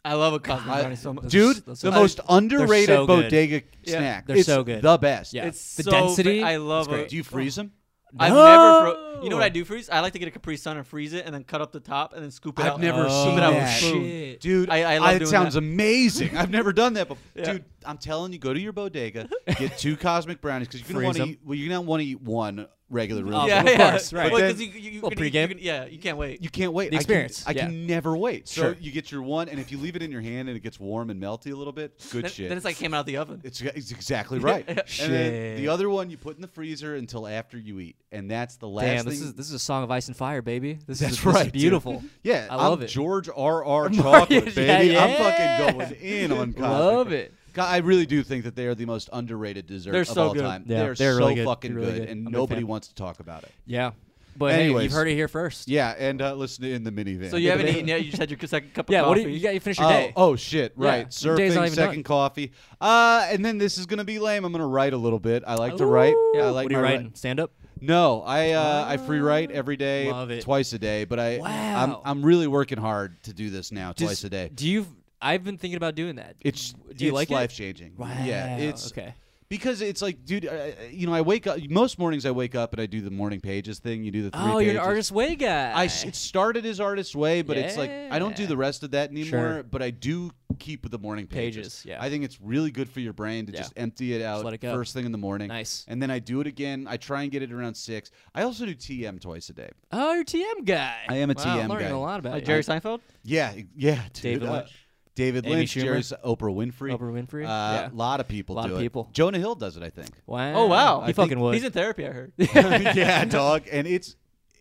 I love a cosmic
I-
brownie so much.
dude,
those
the
are-
most underrated
so good.
bodega
Yeah,
snack.
they're
It's
so good.
The best.
Yeah.
It's
The
so
density
fa- I
is
love
great.
it.
Do you freeze them?
I've never.
No!
Fro- you know what I do freeze? I like to get a Capri Sun and freeze it, and then cut up the top, and then scoop it
I've Oh,
out.
never
scoop
seen
it out with
that.
spoon.
Shit.
Dude,
I- I love
it
doing
sounds
that.
amazing. I've never done that before.
Yeah.
Dude, I'm telling you, go to your bodega, get two cosmic brownies because you're gonna
Freeze
want to
'em.
eat. Well, you're gonna want to eat one regular room.
Of
yeah,
course,
yeah.
right.
Well,
But
'cause
then-
you, you, you
Well,
can- you
pregame.
can- yeah, you can't wait.
You can't wait.
The
I can-
experience,
I can, never wait. So
Sure.
you get your one, and if you leave it in your hand and it gets warm and melty a little bit, good
then,
shit.
then it's like came out of the oven.
It's, it's exactly right. And then the
Shit.
other one you put in the freezer until after you eat, and that's the last
Damn,
thing.
this is this is a song of ice and fire, baby.
that's
This is this is
right. dude.
beautiful.
Yeah,
I love
am
it.
George R. R. Chocolate,
yeah,
baby.
yeah.
I'm fucking going in on Cosmic.
Love
Cro-
it.
God, I really do think that they are the most underrated dessert
They're
of
so
all
good.
time.
Yeah,
they're,
they're
so
really good.
fucking
They're really
good,
good.
and
I'm a big
nobody
fan.
wants to talk about it.
Yeah, but hey,
Anyways.
you've heard it here first.
Yeah, and uh, listen in the minivan.
So you haven't eaten yet. You just had your second cup of
Yeah,
coffee.
what do you, you got? You finish your
oh,
day.
oh shit!
Yeah,
Right,
your day's not
surfing,
even
second
done.
coffee. Uh, and then this is gonna be lame. I'm gonna write a little bit. I like to write. I like
what are
my
you writing? Stand up.
No, I uh, I free write every day,
Love it.
twice a day. But I
Wow.
I'm, I'm really working hard to do this now,
Does-
twice a day.
Do you? I've been thinking about doing that.
It's
do you
it's
like it?
life changing. Yeah,
Wow,
it's
okay.
Because it's like, dude, uh, you know, I wake up most mornings. I wake up and I do the morning pages thing. You do the three.
Oh, you're an
pages.
artist way guy.
I s- it started as artist way, but it's like I don't do
Yeah.
the rest of that anymore.
Sure.
But I do keep the morning pages.
Pages, yeah.
I think it's really good for your brain to
Yeah.
just empty it out
let it go.
first thing in the morning.
Nice.
And then I do it again. I try and get it around six. I also do TM twice a day.
oh, you're a TM guy.
I am a
wow,
TM
I'm learning
guy.
a lot about
Like
you.
Jerry Seinfeld?
Yeah, e- yeah, dude.
David
Uh,
Lynch.
David
Amy
Lynch,
Schumer.
Jerry's Oprah Winfrey.
Oprah Winfrey,
Uh,
yeah.
A lot of people
Lot
do
of
it.
people.
Jonah Hill does it, I think.
Wow.
Oh, wow.
He
I
fucking
think-
would.
He's in therapy, I heard.
yeah, dog. And it's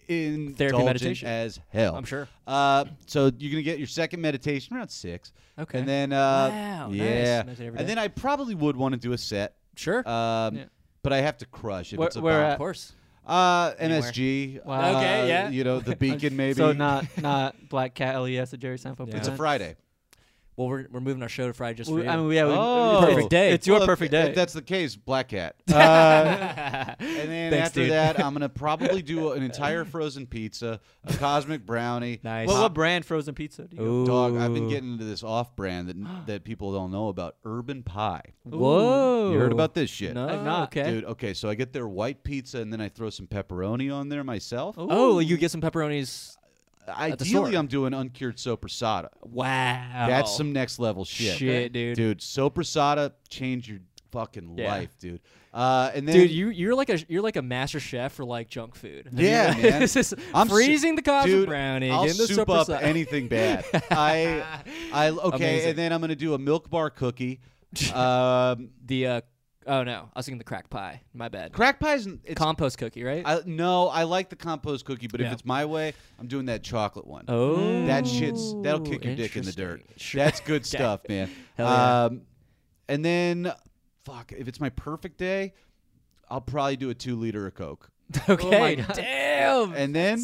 in
meditation.
as hell.
I'm sure.
Uh, so you're gonna get your second meditation around six.
Okay.
And then uh,
Wow, nice.
yeah.
Meditate every
And
day.
then I probably would want to do a set.
sure.
Um,
Yeah.
but I have to crush if
Where-
it's
where
of
about
course.
uh MSG.
Wow.
Okay,
uh,
yeah.
You know the Beacon maybe.
So not not Black Cat LES at Jerry Seinfeld.
Yeah.
It's a
presents.
Friday.
Well, we're, we're moving our show to Friday just for
We,
you.
I mean, yeah, we,
Oh.
it's-
Perfect day.
It's your
Well, if-
perfect day.
If that's the case, Black Cat. Uh, and then
Thanks,
after
dude.
that, I'm gonna probably do an entire frozen pizza, a cosmic brownie.
Nice.
what, what brand frozen pizza do you go?
Ooh.
Dog, I've been getting into this off-brand that that people don't know about, Urban Pie.
Whoa.
You heard about this shit?
No.
I've not.
Oh, Okay.
Dude, okay, so I get their white pizza and then I throw some pepperoni on there myself.
Oh, you get some pepperonis. the store.
Ideally, I'm doing uncured sopressata.
Wow.
That's some next level shit.
Shit, dude.
Dude, sopressata change your fucking
Yeah.
life, dude. Uh, and then
Dude, you you're like a you're like a master chef for like junk food. I mean,
Yeah,
like,
man.
this is
I'm su-
freezing the cosmic
dude,
brownie.
I'll
getting the
soup
supper
up
side.
anything bad. I, I okay,
Amazing.
and then I'm gonna do a milk bar cookie. um,
the uh oh no, I was thinking the crack pie. My bad.
crack pies. It's,
Compost cookie, right?
I, no, I like the compost cookie, but if
Yeah.
it's my way, I'm doing that chocolate one.
oh,
Mm. That shit's that'll kick your dick in the dirt.
interesting. Sure.
That's good stuff, man.
Hell yeah.
Um, and then, fuck, if it's my perfect day, I'll probably do a two liter of Coke,
okay,
God.
damn.
oh and then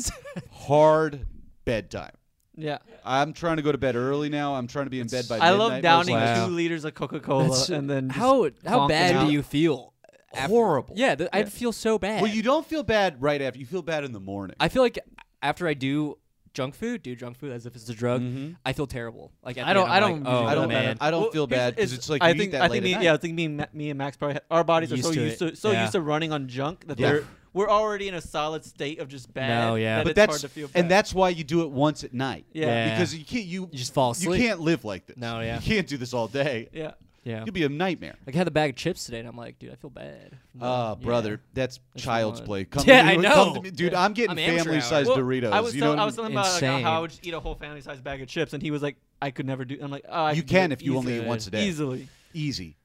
hard bedtime.
Yeah.
I'm trying to go to bed early now. I'm trying to be in bed by.
I love
midnight
downing
most
Wow.
nights.
two liters of Coca Cola
That's-
and then just
how how
bonking it
bad
out.
do you feel? after-
Horrible.
Yeah, th- I'd feel so bad.
Well, you don't feel bad right after. You feel bad in the morning.
I feel like after I do junk food, do junk food as if it's a drug, I feel terrible. Like at
I
the
don't-
end,
I
I'm
don't
Like, oh,
usually
I don't.
Man.
I don't
Well,
feel
here's-
bad because it's like
I
you eat
think
that
I
late
think
at
me,
night.
yeah, I think me, and Ma- me and Max probably ha- our bodies
Used
are so
to
used
it.
to so
Yeah.
used to running on junk that
Yeah.
they're we're already in a solid state of just bad.
No, yeah.
that
But
it's hard to feel bad.
and that's why you do it once at night.
Yeah.
Yeah.
because you can't you,
You just fall
You
asleep.
can't live like this.
No, yeah.
you can't do this all day.
yeah.
yeah.
You'd be a nightmare.
Like I had a bag of chips today, and I'm like, dude, I feel bad.
Oh, brother, that's child's
fun.
play. Come
Yeah,
to
I
me, come to
know.
me. dude. I'm getting
I'm amateur
family-sized
hour.
Doritos.
I was
you
tell-
know,
I was telling about like, how- how I
Insane.
would just eat a whole family sized bag of chips, and he was like, I could never do. I'm like, oh, I
you
could do it
can if you only eat
easily."
once a day.
Easily,
Easy,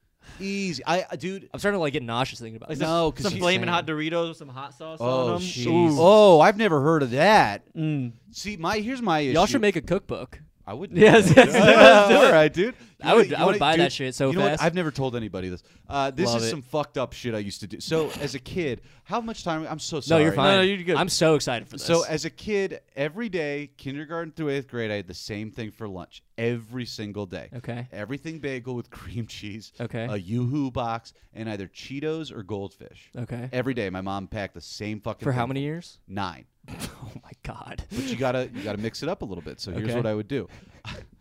easy. I, I- dude.
I'm starting to like get nauseous thinking about
like
it.
some-
No, 'cause
some
he's
flaming
saying-
hot Doritos with some hot sauce on
Oh,
them.
jeez.
Ooh.
oh, I've never heard of that.
Mm.
See, my here's my issue.
Y'all should make a cookbook.
I would.
Yes, yes,
all right, dude. You
I would-
you
I would buy that shit so
you know what?
fast.
I've never told anybody this. Uh, this
Love
is
it.
some fucked up shit I used to do. So as a kid, how much time? I'm so sorry.
No, you're fine.
no, you're good.
I'm so excited for this.
So as a kid, every day, kindergarten through eighth grade, I had the same thing for lunch every single day.
Okay.
Everything bagel with cream cheese.
Okay.
A YooHoo box and either Cheetos or Goldfish.
okay,
Every day, my mom packed the same fucking.
for how
thing.
many years?
Nine.
Oh my god.
But you gotta you gotta mix it up a little bit. So here's
Okay.
what I would do.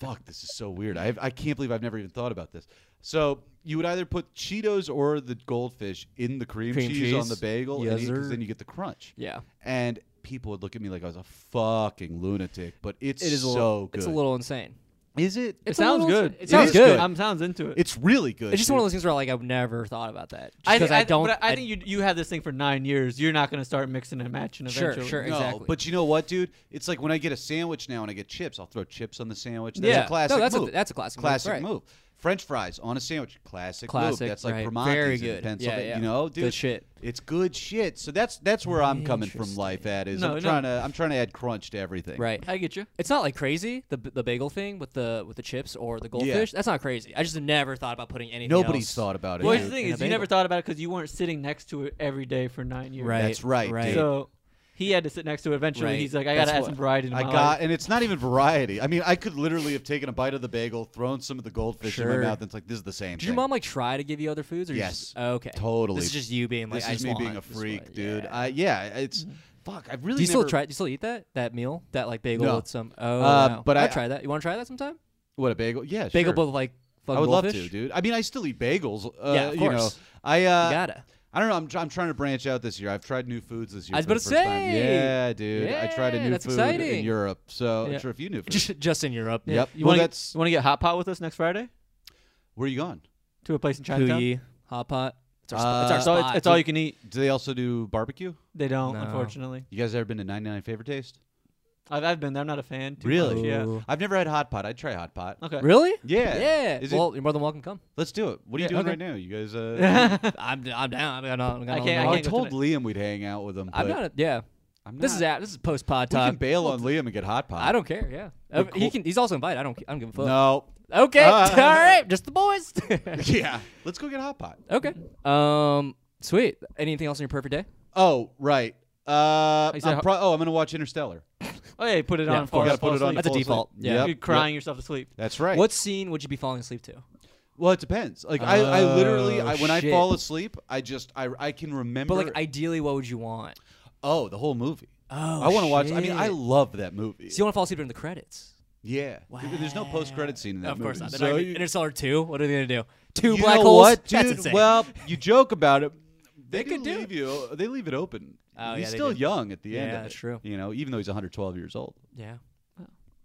Fuck, this is so weird. I have, I can't believe I've never even thought about this. So you would either put Cheetos or the Goldfish in the cream,
Cream
cheese, on
cheese.
the bagel,
Yes,
because
sir.
then you get the crunch.
Yeah.
and people would look at me like I was a fucking lunatic. But it's
It is a
so
little,
good.
It's a little insane.
Is it?
It
It's a
sounds
little-
good.
it
It
sounds good.
I'm sounds into it.
It's really good.
It's just one of
dude.
those things where like I've never thought about that
I,
because
thi-
I,
I thi-
don't.
But I, I think you you had this thing for nine years. You're not going to start mixing and matching
Sure,
eventually.
sure.
No,
Exactly.
but you know what, dude? It's like when I get a sandwich now and I get chips, I'll throw chips on the sandwich. That's
Yeah.
a classic
No, that's a-
move.
that's a classic move,
classic
right.
move. French fries on a sandwich, classic,
Classic,
move. That's like
right.
Primanti's
Very
in
good. Yeah,
Pennsylvania.
yeah.
You know, dude,
Good shit.
It's good shit. So that's that's where I'm coming from. Life at is I'm
No, no.
trying to I'm trying to add crunch to everything.
right.
I get you.
It's not like crazy the the bagel thing with the with the chips or the goldfish. That's not crazy. I just never thought about putting anything.
Nobody's
else.
thought about it.
Well,
dude.
here's the thing
in a
is, you never
bagel.
thought about it because you weren't sitting next to it every day for nine years.
Right.
That's right,
Right.
dude.
So he had to sit next to it. Eventually,
Right.
he's like, I got
That's
to add
what-
some variety in my
I
life.
got, and it's not even variety. I mean, I could literally have taken a bite of the bagel, thrown some of the goldfish in
Sure.
my mouth, and it's like this is the same.
Did
thing.
your mom like try to give you other foods? Or you
Yes,
just- okay.
totally.
This is just you being like.
this
I
is
just
me being
want-
a
this is what-
freak, dude.
yeah. Mm-hmm.
I, yeah, it's fuck. I've really
do you still
never-
try? Do you still eat that that meal? That like bagel
No.
with some. Oh,
Uh,
wow.
but I-
try that. You want to try that sometime?
what a bagel. Yeah,
Bagel,
sure.
but with, like fucking
I would love
goldfish?
to, dude. I mean, I still eat bagels. Uh,
Yeah, of
You know,
course.
I uh,
You gotta.
I don't know. I'm, tr- I'm trying to branch out this year. I've tried new foods this year.
I was
for
about
the
to
first time.
say.
Yeah, dude. I tried a
Yeah,
new
that's
food
exciting.
in Europe. So
Yeah.
I'm sure if you knew. Food.
Just just in Europe.
Yep.
You
well,
want
that's
to want to get hot pot with us next Friday
where are you going?
to a place in Chinatown.
Puyi, hot pot. It's our, spot. it's our
Uh,
So
spot.
it's, it's all you can eat.
Do they also do barbecue?
They don't,
No.
unfortunately.
You guys ever been to 99 Favorite Taste?
I've, I've been there. I'm not a fan. Too
Really?
Much. Yeah.
Ooh.
I've never had hot pot. I'd try hot pot.
Okay.
Really?
Yeah.
Yeah.
Is it-
well, you're more than welcome. to Come.
Let's do it. What are you
Yeah,
doing
okay.
right now? You guys. Uh,
I'm I'm down. I'm not. I'm not
I
oh,
can't-
I,
go
told
tonight.
Liam we'd hang out with him.
I'm
but
not. A, yeah.
I'm
This is
not-
at. This is post pod
We can
time.
bail on Liam and get hot pot.
I don't care. Yeah. Uh,
We're cool.
He can. He's also invited. I don't. I don't give a fuck.
No.
Okay.
Uh,
all right. Just the boys.
yeah. Let's go get hot pot.
okay. Um. Sweet. Anything else on your perfect day?
Oh, right. Uh,
He said
I'm
ho-
pro- oh, I'm gonna watch Interstellar.
Oh yeah, you put it
Yeah,
on.
of
for
course.
us,
Gotta put
fall
it on.
asleep.
That's a
full
default.
sleep.
Yeah.
Yep.
You're crying yourself to sleep.
That's right.
What scene would you be falling asleep to?
Well, it depends. Like I, I literally,
Oh,
I, when I
shit.
fall asleep, I just, I, I can remember.
But like, ideally, what would you want?
oh, the whole movie.
Oh,
I want to watch. I mean, I
shit.
love that movie.
So you want to fall asleep during the credits?
yeah. There's no post credit scene in that
of
movie.
course not. They're
So
not gonna-
you-
Interstellar two. What are they gonna do? Two
you
black
know
holes.
What,
That's
dude?
insane.
Well, you joke about it. They,
They
do
could do
leave you. They leave it open.
Oh,
he's
yeah, they
still
do.
young at the end.
Yeah,
of
that's
it,
true.
You know, even though he's 112 years old.
yeah.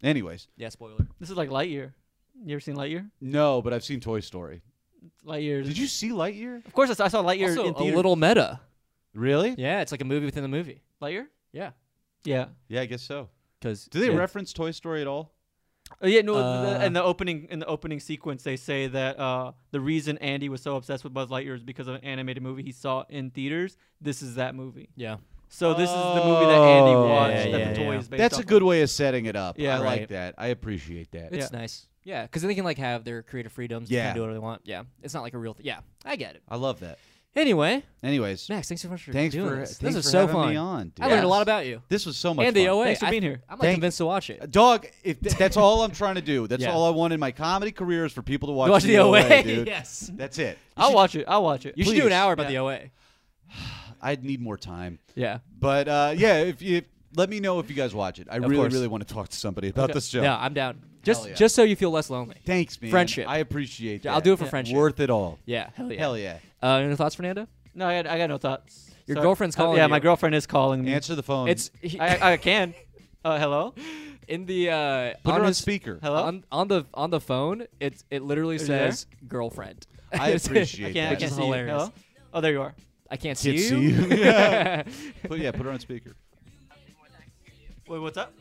Anyways,
Yeah. Spoiler.
This is like Lightyear. You ever seen Lightyear?
no, but I've seen Toy Story.
Lightyear. is-
Did you see Lightyear?
Of course, I saw, I saw Lightyear
Also,
in
a
theater.
little meta.
Really?
Yeah, it's like a movie within the movie.
Lightyear.
Yeah.
Yeah.
Yeah, I guess so.
Because
Do they reference Toy Story at all?
Oh, yeah, no.
Uh,
the, in the opening, in the opening sequence, they say that uh, the reason Andy was so obsessed with Buzz Lightyear is because of an animated movie he saw in theaters. This is that movie.
Yeah.
So this is the movie that Andy
Oh.
watched
Yeah,
that
yeah,
the toy
yeah.
is based.
That's
off
a
of.
good way of setting it up.
Yeah,
I like
right.
that. I appreciate that.
It's nice. Yeah, because then they can like have their creative freedoms. Yeah.
Yeah.
do whatever they want. Yeah. It's not like a real thing. Yeah. I get it.
I love that.
Anyway,
Anyways,
Max, thanks so much for
thanks
doing
for
this.
thanks
this was
for
so
having
fun.
me on. Dude.
I learned a lot
Yes.
about you.
This was so much
and the
fun.
OA.
Thanks for
I-
being here.
I'm like
Thank-
convinced to watch it.
Dog, if th- that's all I'm trying to do. That's
Yeah.
all I want in my comedy career is for people to watch,
watch the OA.
dude.
yes.
That's it.
I'll watch it. I'll watch it.
You should do an
Please.
hour about
Yeah.
the OA.
I'd need more time.
Yeah.
But uh, yeah, if you let me know if you guys watch it. I really,
course.
really want to talk to somebody about this show.
Yeah, I'm down. Just
yeah.
just so you feel less lonely.
Thanks, man.
Friendship.
I appreciate that.
I'll do it for friendship.
Worth it all.
Yeah. Hell yeah.
Hell yeah.
Uh, any thoughts, Fernando?
No, I got, I got no thoughts.
Your
Sorry.
girlfriend's
Uh,
calling
Yeah,
you.
my girlfriend is calling me.
Answer the phone.
It's he,
I, I can. Uh, hello.
in the uh,
put it
on
on
his-
speaker.
Hello?
on on the on the phone. It's it literally
you
says girlfriend.
I
It's-
appreciate
I can't. I
that.
can't
is
see
hilarious.
you. Hello. Oh, there you are.
I can't see
Can't
you.
see you. Yeah. Put, yeah, put it on speaker.
Wait, what's up?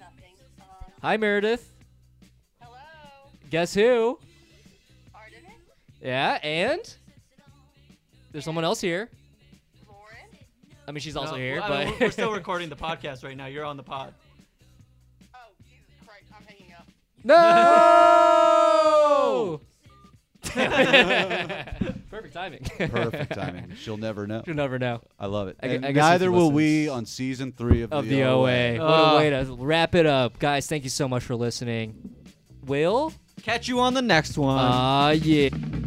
Nothing. Um,
Hi Meredith.
Hello,
Guess who?
Artemis,
Yeah, and there's someone else here.
Lauren.
I mean, she's also
No,
here,
I
but
mean, we're- we're still recording the podcast right now. You're on the pod.
Oh, Jesus Christ, I'm hanging up.
no. Perfect timing.
Perfect timing. She'll never know.
You'll never know.
I love it.
I gu-
And
I guess if
neither
you
will
listen.
we on season three of,
of the OA. what
Uh.
a way to wrap it up, guys! Thank you so much for listening. Will? Um,
Catch you on the next one.
Ah, yeah.